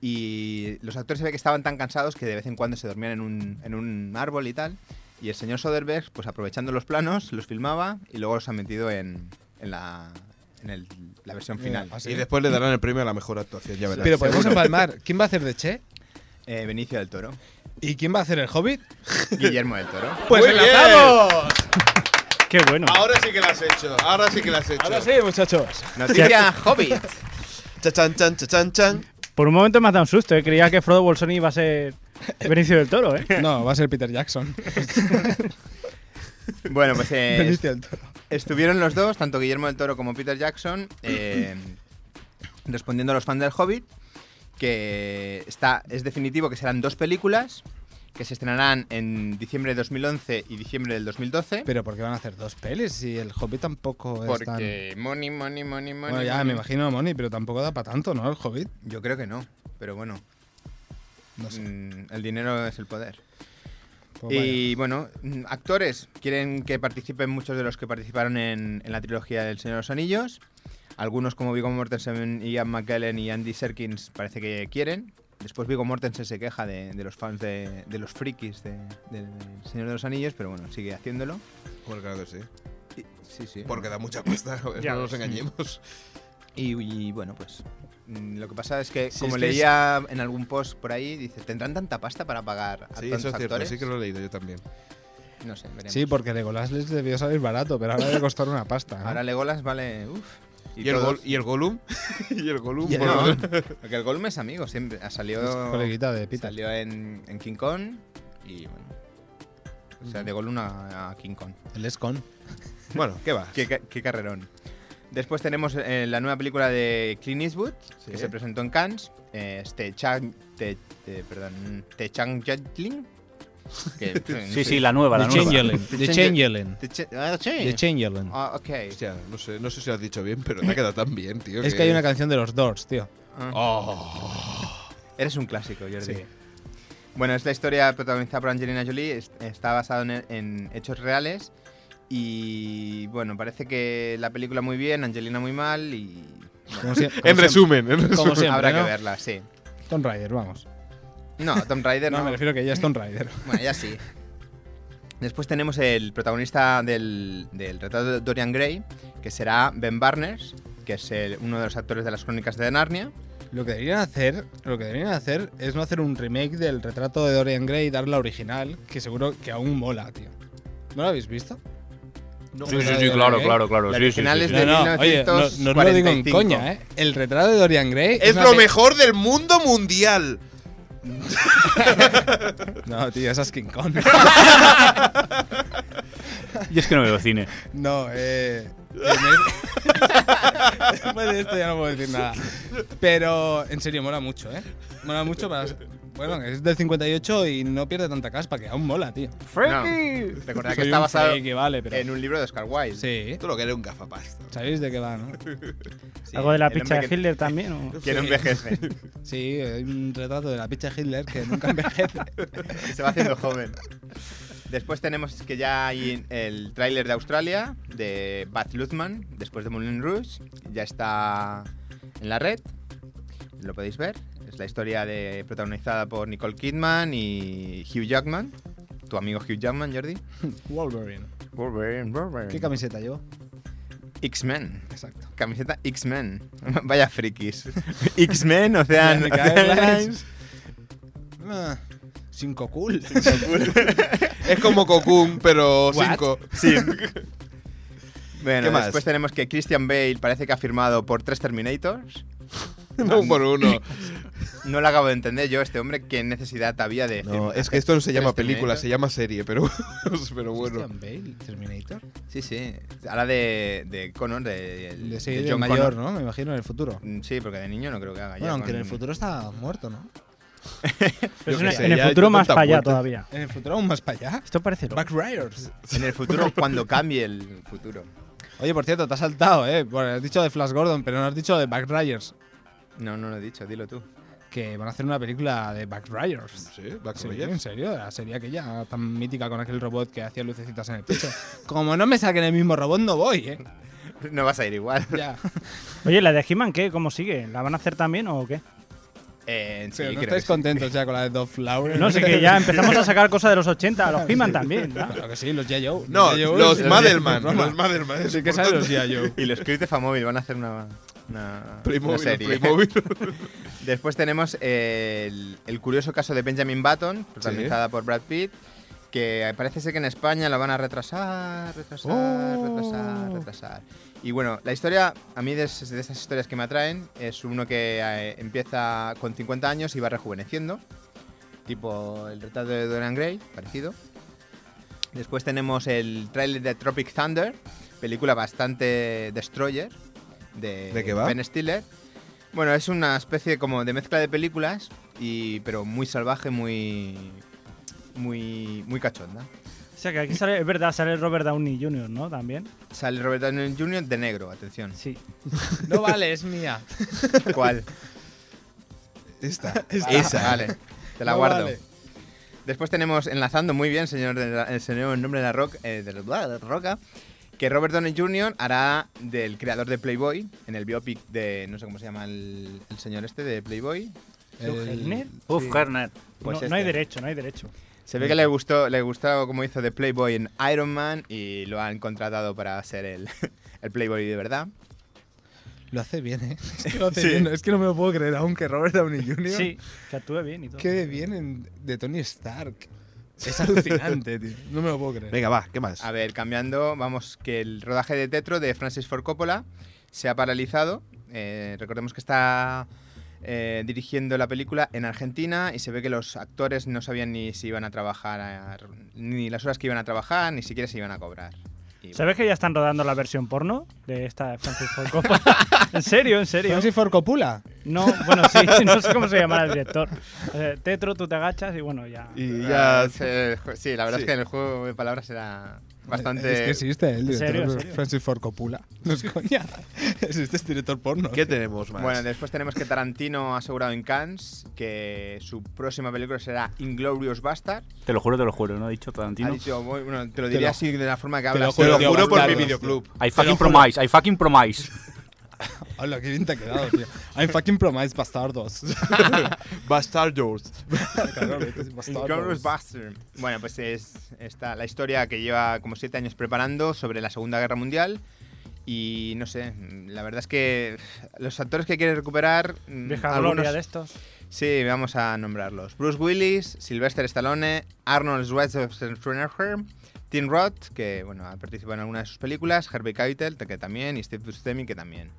Y los actores se ve que estaban tan cansados que de vez en cuando se dormían en un, en un árbol y tal. Y el señor Soderbergh, pues aprovechando los planos, los filmaba y luego los ha metido en, en la, en el- la versión final.
Mira, Eh, así.
Y después le darán el premio a la mejor actuación, ya verás.
Pero podemos empalmar. ¿Quién va a hacer de Che?
Eh, Benicio del Toro.
¿Y quién va a hacer el Hobbit?
Guillermo del Toro.
¡Pues
Muy
enlazamos!
Qué bueno.
Ahora sí que lo has hecho, ahora sí que lo has hecho.
Ahora sí, muchachos.
Noticia Hobbit.
Chachan, chan, chachan, chan.
Por un momento me ha dado un susto, ¿eh? Creía que Frodo Bolsón iba a ser Benicio del Toro, ¿eh?
No, va a ser Peter Jackson.
Bueno, pues eh,
Benicio del Toro.
Estuvieron los dos, tanto Guillermo del Toro como Peter Jackson, eh, respondiendo a los fans del Hobbit, que está, es definitivo que serán dos películas que se estrenarán en diciembre de 2011 y diciembre del 2012.
Pero ¿por qué van a hacer dos pelis si el Hobbit tampoco es tan...
porque money, money, money, money.
Bueno, ya
money.
me imagino a Moni, pero tampoco da para tanto, ¿no? El Hobbit.
Yo creo que no, pero bueno,
No sé.
mm, el dinero es el poder.
Pues vaya.
Y bueno, mm, actores. Quieren que participen muchos de los que participaron en, en la trilogía del Señor de los Anillos. Algunos como Viggo Mortensen, Ian McKellen y Andy Serkins parece que quieren. Después Viggo Mortensen se queja de, de los fans de, de los frikis de- del Señor de los Anillos, pero bueno, sigue haciéndolo.
Bueno, claro que sí.
Y- sí, sí.
Porque da mucha pasta, joder,
Ya
no nos
ves.
engañemos.
Y, y bueno, pues mm, lo que pasa es que,
Sí,
como
es que es-
leía en algún post por ahí, dice, ¿tendrán tanta pasta para pagar a
Sí,
tantos
eso es cierto,
actores?
sí que lo he leído yo también.
No sé, veremos.
Sí, porque Legolas les debió salir barato, pero ahora debe costar una pasta. ¿no?
Ahora Legolas vale... Uf,
¿Y, el,
todos-
gol- ¿Y el Gollum? ¿Y el Gollum?
Y el
por
No,
favor.
porque el Gollum es amigo, siempre ha
Es
salido,
coleguita de Peter.
salió en, en King Kong y bueno. O sea, de Gollum a, a King Kong.
El es con.
Bueno, ¿qué va?
Qué, ca- qué carrerón. Después tenemos eh, la nueva película de Clint Eastwood,
Sí.
que se presentó en Cannes. eh, es Te Chang. Te, Te- perdón. Te Chang Yatling. que-
Sí, sí, la nueva, la
The
nueva.
Changeling.
The
The Changeling.
Te Che- ah, sí.
The Changeling.
Ah, ok.
Hostia, no sé, no sé si lo has dicho bien, pero te ha quedado tan bien, tío.
Es que hay una canción de los Doors, tío.
Ah.
Oh.
Eres un clásico, Jordi.
Sí.
Bueno, esta historia protagonizada por Angelina Jolie es- está basada en, en hechos reales y bueno, parece que la película muy bien, Angelina muy mal y...
Como sie- como
En
siempre.
resumen, en resumen.
Como siempre,
Habrá
¿no?
que verla, sí.
Tomb Raider, vamos.
No, Tomb Raider
No,
no.
me refiero que ella es Tomb Raider.
Bueno, ya sí. Después tenemos el protagonista del, del retrato de Dorian Gray, que será Ben Barnes, que es el- uno de los actores de las crónicas de Narnia.
Lo que deberían hacer, lo que deberían hacer es no hacer un remake del retrato de Dorian Gray y dar la original, que seguro que aún mola, tío. ¿No lo habéis visto?
Sí, sí, sí, claro,
¿eh?
claro, claro.
La
sí, sí,
original
sí,
es
sí.
de
oye, no, no os lo digo en
1945.
coña, ¿eh? El retrato de Dorian Gray
Es
una
lo
pe-
mejor del mundo mundial.
No, tío, esa es King Kong.
Y es que no veo cine.
No, eh. primer- Después de esto ya no puedo decir nada. Pero en serio, mola mucho, ¿eh? Mola mucho para. ser- Bueno, es del 58 y no pierde tanta caspa, que aún mola, tío.
No, recordad que
Soy
está
un
basado
friki, vale, pero.
en un libro de Oscar Wilde.
Sí.
Tú lo que eres un gafapasta.
¿Sabéis de qué va, no?
Sí,
Algo de la
el
pizza
hombre
de Hitler también. ¿o?
Que, que no envejece, que
Sí, hay un retrato de la picha de Hitler que nunca envejece.
se va haciendo joven. Después tenemos que ya hay el tráiler de Australia, de Baz Luhrmann, después de Moulin Rouge. Ya está en la red, lo podéis ver. Es la historia de, protagonizada por Nicole Kidman y Hugh Jackman. Tu amigo Hugh Jackman, Jordi.
Wolverine.
Wolverine,
¿Qué
Wolverine.
camiseta llevo?
X-Men.
Exacto.
Camiseta X-Men. Vaya frikis. X-Men, Ocean,
Oceanic Airlines.
Airlines.
Ah, cinco cool.
Es como Cocoon, pero cinco.
Sí. Bueno,
¿Qué más?
después tenemos que Christian Bale parece que ha firmado por tres Terminators.
No por uno.
No lo acabo de entender yo, este hombre, qué necesidad había de
No,
firmar?
es que esto no se
¿Tres
llama película,
Terminator?
se llama serie, pero, pero bueno.
Pues Christian Bale, Terminator.
Sí, sí. Ahora de, de Connor, de, el-
De, sí,
de
de
John
mayor,
Connor.
¿no? Me imagino en el futuro.
Mm, Sí, porque de niño no creo que haga ya
Bueno, aunque en
con-
el futuro está muerto, ¿no?
Pero
que
es una-
sé,
en el
ya he
futuro
hecho
más
tantas
para allá
vueltas.
todavía.
En el futuro aún más para allá.
Esto parece loco.
Back Riders.
En el futuro, cuando cambie el futuro.
Oye, por cierto, te has saltado, ¿eh? Bueno, has dicho de Flash Gordon, pero no has dicho de Back Riders.
No, no lo he dicho, dilo tú.
Que van a hacer una película de Back Riders.
Sí, Back
Sí,
Rogers.
en serio, la serie aquella tan mítica con aquel robot que hacía lucecitas en el pecho. Como no me saquen el mismo robot, no voy, ¿eh?
No vas a ir igual.
Ya.
Oye, ¿la de He-Man qué? ¿Cómo sigue? ¿La van a hacer también o qué?
Eh, sí,
Pero no
creo
estáis
que sí.
contentos ya con la de Dove Flower.
No sé, que ya empezamos a sacar cosas de los 80, los He-Man también. ¿no?
Claro que sí, los G.I.O.
No,
G.I. Joe,
los
G.I.
Madelman.
Roma.
Los Madelman. es
Sí que saben los
importante.
G.I. Joe.
Y los Creed de Famóvil van a hacer una, una, una
Playmobil,
serie.
Playmobil.
Después tenemos eh, el, el curioso caso de Benjamin Button, protagonizada por Brad Pitt, que parece ser que en España la van a retrasar, retrasar, retrasar, retrasar. Y bueno, la historia, a mí de, es- de esas historias que me atraen, es uno que eh, empieza con 50 años y va rejuveneciendo, tipo el retrato de Dorian Gray, parecido. Después tenemos el tráiler de Tropic Thunder, película bastante destroyer de,
¿De qué va?
Ben Stiller. Bueno, es una especie como de mezcla de películas, y, pero muy salvaje, muy, muy, muy cachonda.
O sea, que aquí sale, es verdad, sale Robert Downey Jr., ¿no? También.
Sale Robert Downey Jr. de negro, atención.
Sí.
No vale, es mía.
¿Cuál?
Esta.
Esa. Vale, te la
No
guardo.
vale.
Después tenemos, enlazando muy bien, señor, de la- el señor en nombre de la, rock, eh, de la- bla, de la roca, que Robert Downey Jr. hará del creador de Playboy en el biopic de, no sé cómo se llama el, el señor este, de Playboy.
¿Hugh Hefner?
Uf, Garner.
Pues
no, no hay
este.
derecho, no hay derecho.
Se ve que le gustó, le gustó como hizo de Playboy en Iron Man y lo han contratado para ser el, el Playboy de verdad.
Lo hace bien, ¿eh? Es que, lo hace
Sí.
bien. Es que no me lo puedo creer aún que Robert Downey Jr.
Sí, que actúe bien y todo.
quede bien en- de Tony Stark. Es alucinante, tío. No me lo puedo creer.
Venga, va, ¿qué más?
A ver, cambiando, vamos, que el rodaje de Tetro de Francis Ford Coppola se ha paralizado. Eh, recordemos que está eh, dirigiendo la película en Argentina y se ve que los actores no sabían ni si iban a trabajar, a- ni las horas que iban a trabajar, ni siquiera si iban a cobrar. Y bueno,
¿Sabes que ya están rodando la versión porno de esta de Francis Ford Coppola? ¿En serio? ¿En serio?
Francis Ford Coppola.
No, bueno, sí, no sé cómo se llamará el director. O sea, tetro, tú te agachas y bueno, ya.
Y ya.
Ah, se- sí, la verdad
Sí.
es que en el juego de palabras era bastante.
Es que existe el director
serio, en serio?
Francis Ford Coppola. No es coña. Existe este director porno.
¿Qué tenemos más?
Bueno, después tenemos que Tarantino ha asegurado en Cannes que su próxima película será Inglorious Bastard.
Te lo juro, te lo juro, no he dicho Tarantino.
Ha dicho, voy- bueno, te lo diría
lo-
así de la forma que
te lo
hablas.
Te lo
Tío,
juro por mi
bastardos,
videoclub.
I
lo
fucking
juro.
promise, I fucking promise.
Hola, qué bien te ha quedado, tío. I'm fucking promise, bastardos.
Bastardos.
Inglorious Bastard. Bueno, pues es esta, la historia que lleva como siete años preparando sobre la Segunda Guerra Mundial. Y no sé, la verdad es que los actores que quiere recuperar. mm,
Vieja
algunos-
gloria de estos.
Sí, vamos a nombrarlos. Bruce Willis, Sylvester Stallone, Arnold Schwarzenegger, Tim Roth, que bueno, ha participado en algunas de sus películas, Harvey Keitel, que también, y Steve Buscemi, que también.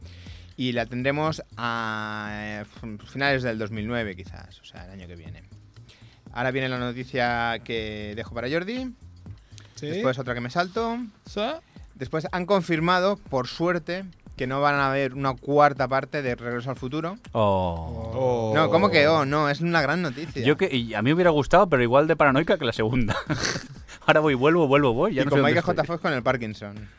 Y la tendremos a eh, f- finales del 2009, quizás, o sea, el año que viene. Ahora viene la noticia que dejo para Jordi,
¿Sí?
después otra que me salto.
¿Sí?
Después han confirmado, por suerte, que no van a haber una cuarta parte de Regreso al Futuro.
Oh.
No, ¿cómo que? Oh, no, es una gran noticia.
Yo que y a mí me hubiera gustado, pero igual de paranoica que la segunda. Ahora voy, vuelvo, vuelvo, voy. Ya
y
no
con
sé dónde
Michael J.
estoy.
Fox con el Parkinson.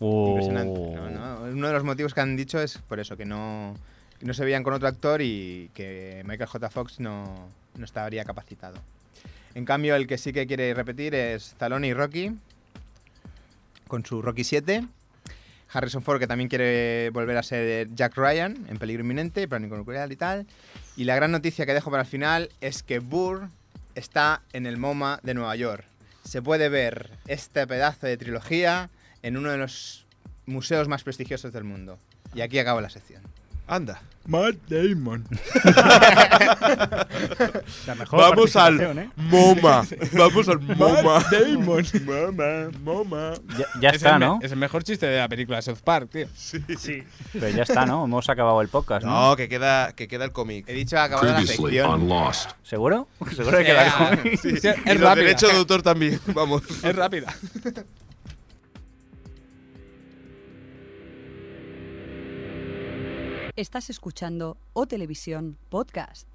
Oh.
Impresionante. No, no, Uno de los motivos que han dicho es por eso, que no, que no se veían con otro actor y que Michael J. Fox no, no estaría capacitado. En cambio, el que sí que quiere repetir es Stallone y Rocky, con su Rocky 7. Harrison Ford, que también quiere volver a ser Jack Ryan, en peligro inminente, pánico nuclear y tal. Y la gran noticia que dejo para el final es que Burr está en el MoMA de Nueva York. Se puede ver este pedazo de trilogía en uno de los museos más prestigiosos del mundo. Y aquí acaba la sección.
Anda.
Matt Damon.
La mejor
Vamos
participación, ¿eh?
al MoMA. Vamos al MoMA.
Matt Damon. Mama, mama.
Ya, ya está,
el me-
¿no?
Es el mejor chiste de la película de South Park, tío.
Sí.
Pero ya está, ¿no? Hemos acabado el podcast, ¿no?
No, que queda, que queda el cómic.
He dicho acabado la
Previously on
sección.
Lost.
¿Seguro? ¿Seguro de que la coméis?
Sí,
Y
es
los
rápida.
derechos de autor también. Vamos.
Es rápida.
Estás escuchando O Televisión Podcast.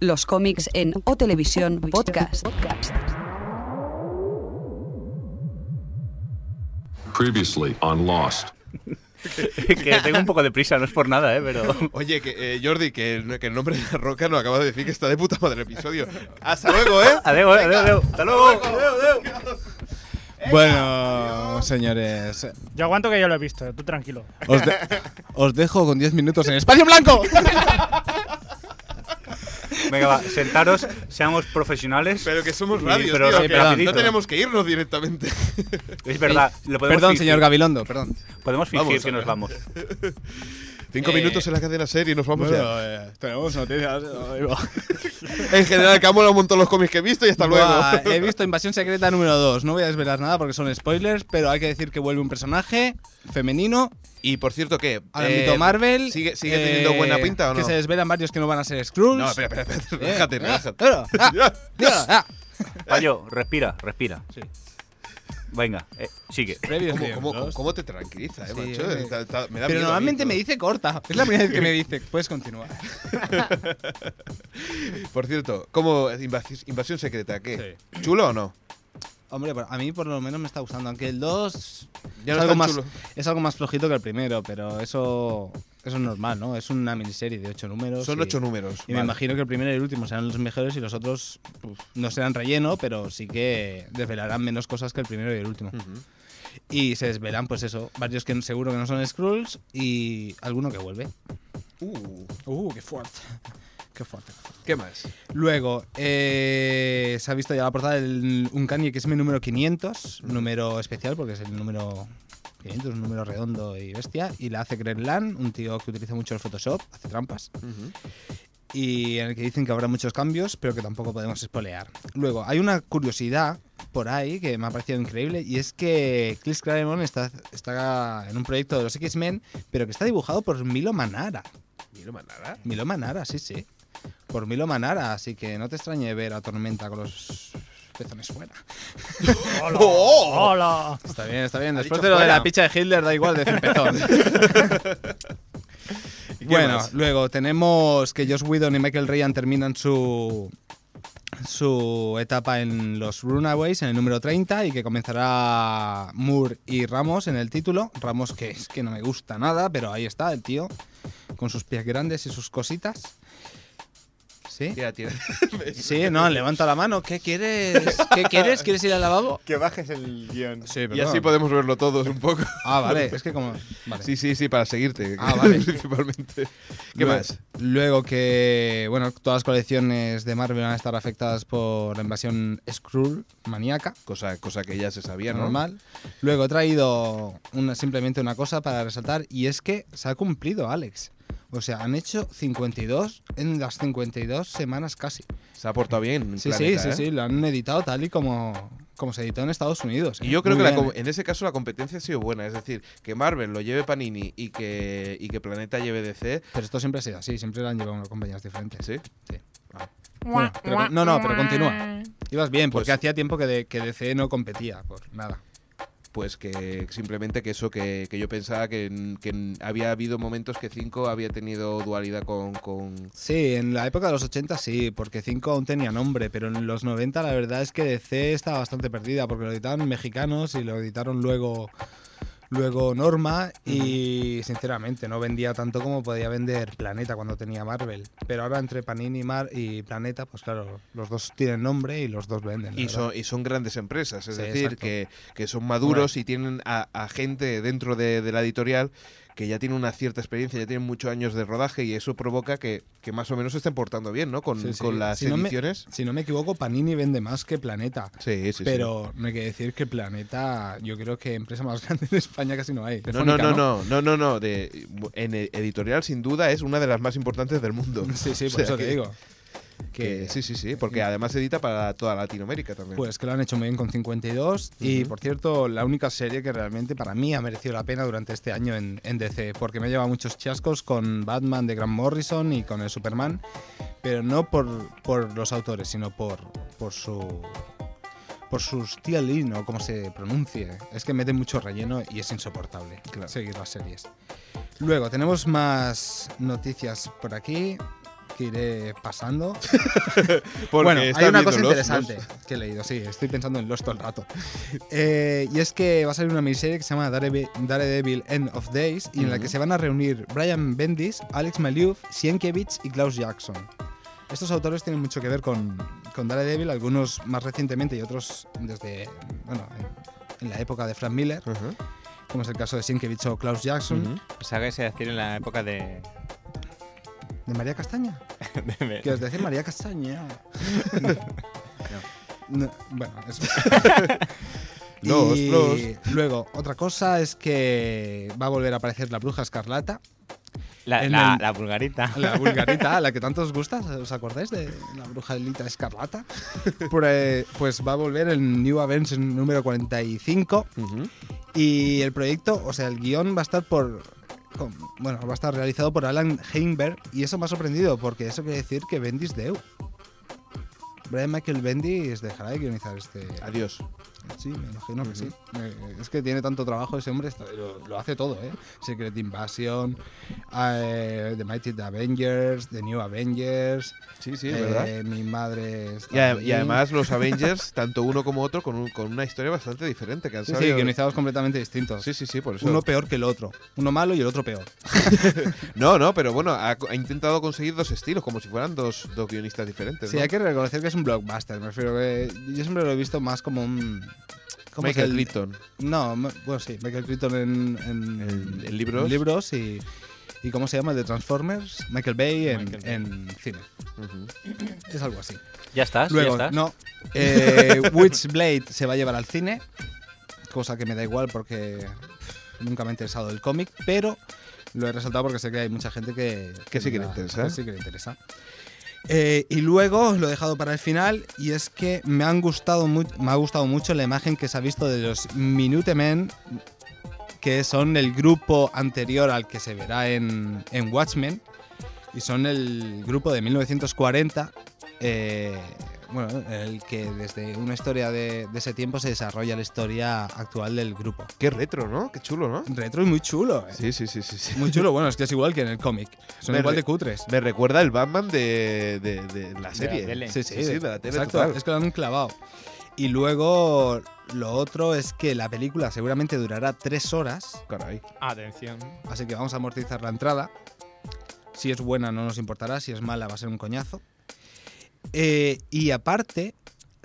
Los cómics en O Televisión Podcast.
Previously on Lost.
que tengo un poco de prisa, no es por nada, ¿eh? Pero...
Oye, que, eh, Jordi, que, el- que el nombre de la roca nos acaba de decir que está de puta madre el episodio. Hasta luego, ¿eh?
Adeu, eh, adeu, adeu. Hasta luego.
Bueno, señores.
Yo aguanto que yo lo he visto, tú tranquilo.
Os, de- os dejo con 10 minutos en Espacio Blanco.
Venga, va, sentaros, seamos profesionales.
Pero que somos
Sí,
radio,
pero
tío,
sí,
que
pero
no
rapidito.
tenemos que irnos directamente.
Es verdad, lo podemos
Perdón,
fingir.
señor Gabilondo, perdón.
Podemos fingir
Vamos,
que nos vamos.
Cinco
Eh,
minutos en la cadena serie y nos vamos ya.
tenemos noticias. eh,
En general, que amo un montón los cómics que he visto y hasta luego.
he visto Invasión Secreta número 2. No voy a desvelar nada porque son spoilers, pero hay que decir que vuelve un personaje femenino
Y por cierto, que.
al
eh,
ámbito Marvel.
¿Sigue, sigue teniendo
eh,
buena pinta o no?
Que se desvelan varios que no van a ser Skrulls.
No, espera, espera, espera.
Eh,
Relájate,
ah,
relájate.
claro, ah, tío, ah.
Payo, respira, respira. Venga, eh, sigue.
Previos
¿Cómo,
de
cómo-
Dios.
cómo te tranquiliza, eh,
Sí,
macho?
eh.
Está- está- me da miedo a
Pero
mí
normalmente
todo.
me dice corta. Es la primera vez que me dice, puedes continuar.
Por cierto, ¿cómo invasi- invasión secreta? ¿Qué? ¿Chulo o no?
Hombre, por- a mí por lo menos me está gustando, aunque el 2
Ya
es,
no
algo
es tan
más,
chulo.
es algo más flojito que el primero, pero eso, eso es normal, ¿no? Es una miniserie de 8 números.
Son
y-
ocho números.
Y me
vale.
imagino que el primero y el último serán los mejores y los pues, otros uf, no serán relleno, pero sí que desvelarán menos cosas que el primero y el último.
Ujú.
Y se desvelan, pues eso, varios que seguro que no son Skrulls y alguno que vuelve.
Uh,
Uh, qué fuerte. Qué fuerte.
¿Qué más?
Luego, eh, se ha visto ya la portada del Uncanny X-Men número 500, un número especial porque es el número 500, un número redondo y bestia, y la hace Grenland, un tío que utiliza mucho el Photoshop, hace trampas, y en el que dicen que habrá muchos cambios, pero que tampoco podemos spoilear. Luego, hay una curiosidad por ahí que me ha parecido increíble, y es que Chris Claremont está, está en un proyecto de los X-Men, pero que está dibujado por Milo Manara.
Ni no más nada.
Milo Manara, sí, sí. Por Milo Manara, así que no te extrañe ver a Tormenta con los pezones fuera.
¡Hola!
Está bien, está bien.
Ha
Después
dicho
de lo de
fuera.
la picha de Hitler, da igual decir pezón.
¿Y qué
bueno,
más?
luego tenemos que Josh Whedon y Michael Ryan terminan su su etapa en los Runaways en el número 30 y que comenzará Moore y Ramos en el título. Ramos que es que no me gusta nada, pero ahí está el tío con sus pies grandes y sus cositas. ¿Sí?
Ya, tío.
Sí, no, levanta la mano. ¿Qué quieres? ¿Qué quieres? ¿Quieres ir al lavabo?
Que bajes el guión.
Sí,
y así podemos verlo todos un poco.
Ah, vale, es que como. Vale.
Sí, sí, sí, para seguirte.
Ah, vale.
Principalmente. ¿Qué
Lue-
más?
Luego que, bueno, todas las colecciones de Marvel van a estar afectadas por la invasión Skrull maníaca,
Cosa, cosa que ya se sabía, ¿no?
normal. Luego he traído una, simplemente una cosa para resaltar y es que se ha cumplido, Alex. O sea, han hecho 52 en las 52 semanas casi.
Se ha portado bien.
Sí,
Planeta,
sí, sí,
¿eh?
sí, lo han editado tal y como, como se editó en Estados Unidos.
Y
¿eh?
yo creo
Muy
que la
bien,
com-
¿eh?
en ese caso la competencia ha sido buena. Es decir, que Marvel lo lleve Panini y que, y que Planeta lleve DC.
Pero esto siempre ha sido así, siempre lo han llevado a compañías diferentes.
¿Sí? Ah,
Bueno, pero- no, no, pero continúa. Ibas bien, porque hacía tiempo que, de- que DC no competía por nada.
Pues que simplemente que eso que, que yo pensaba que, en- que en- había habido momentos que 5 había tenido dualidad con, con-
Sí, en la época de los 80 sí, porque 5 aún tenía nombre, pero en los 90 la verdad es que DC estaba bastante perdida, porque lo editaban mexicanos y lo editaron luego, luego Norma y sinceramente no vendía tanto como podía vender Planeta cuando tenía Marvel. Pero ahora entre Panini y, Mar y Planeta, pues claro, los dos tienen nombre y los dos venden. la
Y
verdad.
son, y son grandes empresas, es
Sí,
decir,
exacto.
que, que son maduros y tienen a, a gente dentro de, de la editorial que ya tiene una cierta experiencia, ya tienen muchos años de rodaje y eso provoca que, que más o menos se estén portando bien, ¿no? Con,
Sí, sí.
con las
Si no me-
ediciones.
si no me equivoco, Panini vende más que Planeta.
Sí, sí, sí.
pero no hay que decir que Planeta, yo creo que empresa más grande de España casi no hay.
No, no,
Telefónica,
no, no, no, no, no. De, en e- editorial, sin duda, es una de las más importantes del mundo.
Sí, sí,
O
por
sea
eso
que-
te digo. Que, Mm.
que sí, sí, sí, porque además edita para toda Latinoamérica también.
Pues que lo han hecho muy bien con 52. Y
Ujú.
por cierto, la única serie que realmente para mí ha merecido la pena durante este año en, en DC, porque me lleva muchos chascos con Batman de Grant Morrison y con el Superman, pero no por, por los autores, sino por, por su. Por sus tialin o como se pronuncie. Es que mete mucho relleno y es insoportable seguir las series. Luego, tenemos más noticias por aquí que iré pasando.
Porque
bueno,
está
hay una
viendo
cosa
los-
interesante que he leído, sí, estoy pensando en Lost todo el rato. Eh, y es que va a salir una miniserie que se llama Dareve- Daredevil End of Days y en la que se van a reunir Brian Bendis, Alex Maliuf, Sienkiewicz y Klaus Jackson. Estos autores tienen mucho que ver con, con Daredevil, algunos más recientemente y otros desde, bueno, en, en la época de Frank Miller,
los- Ujú.
como es el caso de Sienkiewicz o Klaus Jackson.
Ujú.
Pues haga ese decir en la época de.
¿De María Castaña?
de-
¿Qué os decir María Castaña? No, bueno, eso.
Los,
Y
los.
Luego, otra cosa es que va a volver a aparecer la bruja escarlata,
La,
En
la,
el-
la vulgarita.
la vulgarita, la que tanto os gusta, ¿os acordáis de la brujalita escarlata? Pues, pues va a volver en New Avengers número 45
Ujú.
y el proyecto, o sea, el guión va a estar por... con- bueno, va a estar realizado por Alan Heinberg y eso me ha sorprendido porque eso quiere decir que Bendis deu. Brian Michael Bendis dejará de guionizar este...
Adiós.
Sí, me imagino que sí. Eh, Es que tiene tanto trabajo ese hombre, está- lo, lo hace todo, ¿eh? Secret Invasion, eh, The Mighty Avengers, The New Avengers,
Sí, sí,
eh,
¿verdad?
Mi Madre... está
Y, a-
ahí.
y además los Avengers, tanto uno como otro, con, un- con una historia bastante diferente. Que han
Sí, sí,
sabido-
guionizados completamente distintos.
sí, sí, sí, por eso.
Uno peor que el otro. Uno malo y el otro peor.
No, no, pero bueno, ha, ha intentado conseguir dos estilos, como si fueran dos, dos guionistas diferentes.
Sí,
¿no?
hay que reconocer que es un blockbuster, me refiero que yo siempre lo he visto más como un ¿Cómo es
Michael
el-
Crichton.
No, me- bueno, sí, Michael Crichton en, en,
En- en libros.
en libros y, y ¿cómo se llama? El de Transformers, Michael Bay en,
Michael Bay.
en cine. Es algo así.
¿Ya estás?
Luego,
¿Ya estás?
no, eh, Witchblade se va a llevar al cine, cosa que me da igual porque nunca me ha interesado el cómic, pero lo he resaltado porque sé que hay mucha gente que,
Que sí que le
la-
interesa.
que sí que le interesa. Eh, y luego lo he dejado para el final y es que me han gustado mu- me ha gustado mucho la imagen que se ha visto de los Minutemen que son el grupo anterior al que se verá en, en Watchmen y son el grupo de 1940 eh, bueno, el que desde una historia de, de ese tiempo se desarrolla la historia actual del grupo.
Qué retro, ¿no? Qué chulo, ¿no?
Retro y muy chulo, eh.
Sí, sí, sí, sí. sí.
Muy chulo, bueno, es que es igual que en el cómic. Son
Me
igual
re-
de cutres.
Me recuerda el Batman de, de- de la serie.
tele.
Sí, sí,
sí, de la tele
exacto,
total.
es que lo han clavado. Y luego lo otro es que la película seguramente durará tres horas,
Caray.
Atención.
así que vamos a amortizar la entrada. Si es buena no nos importará, si es mala va a ser un coñazo. Eh, y aparte,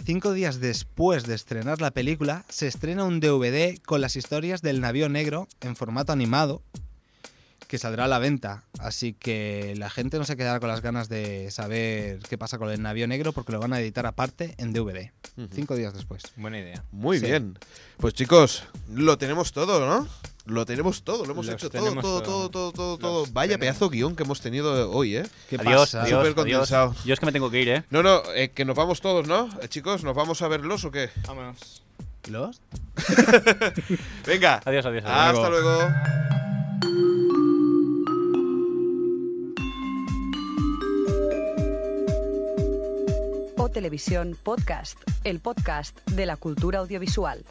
cinco días después de estrenar la película, se estrena un DVD con las historias del navío negro en formato animado que saldrá a la venta. Así que la gente no se quedará con las ganas de saber qué pasa con el navío negro porque lo van a editar aparte en DVD. Cinco días después.
Buena idea.
Muy
Sí.
bien. Pues chicos, lo tenemos todo, ¿no? Lo tenemos todo, lo hemos
Los
hecho todo,
tenemos
todo, todo,
todo.
todo, todo,
Los
todo. Vaya
tenemos.
pedazo guión que hemos tenido hoy, ¿eh?
¿Qué
adiós,
pasa?
adiós, adiós.
Supercompensado.
Yo es que me tengo que ir, ¿eh?
No, no, eh, que nos vamos todos, ¿no? Eh, chicos, ¿nos vamos a verlos o qué?
Vámonos.
¿Los?
Venga.
Adiós, adiós. adiós.
Ah, Hasta luego.
O Televisión Podcast, el podcast de la cultura audiovisual.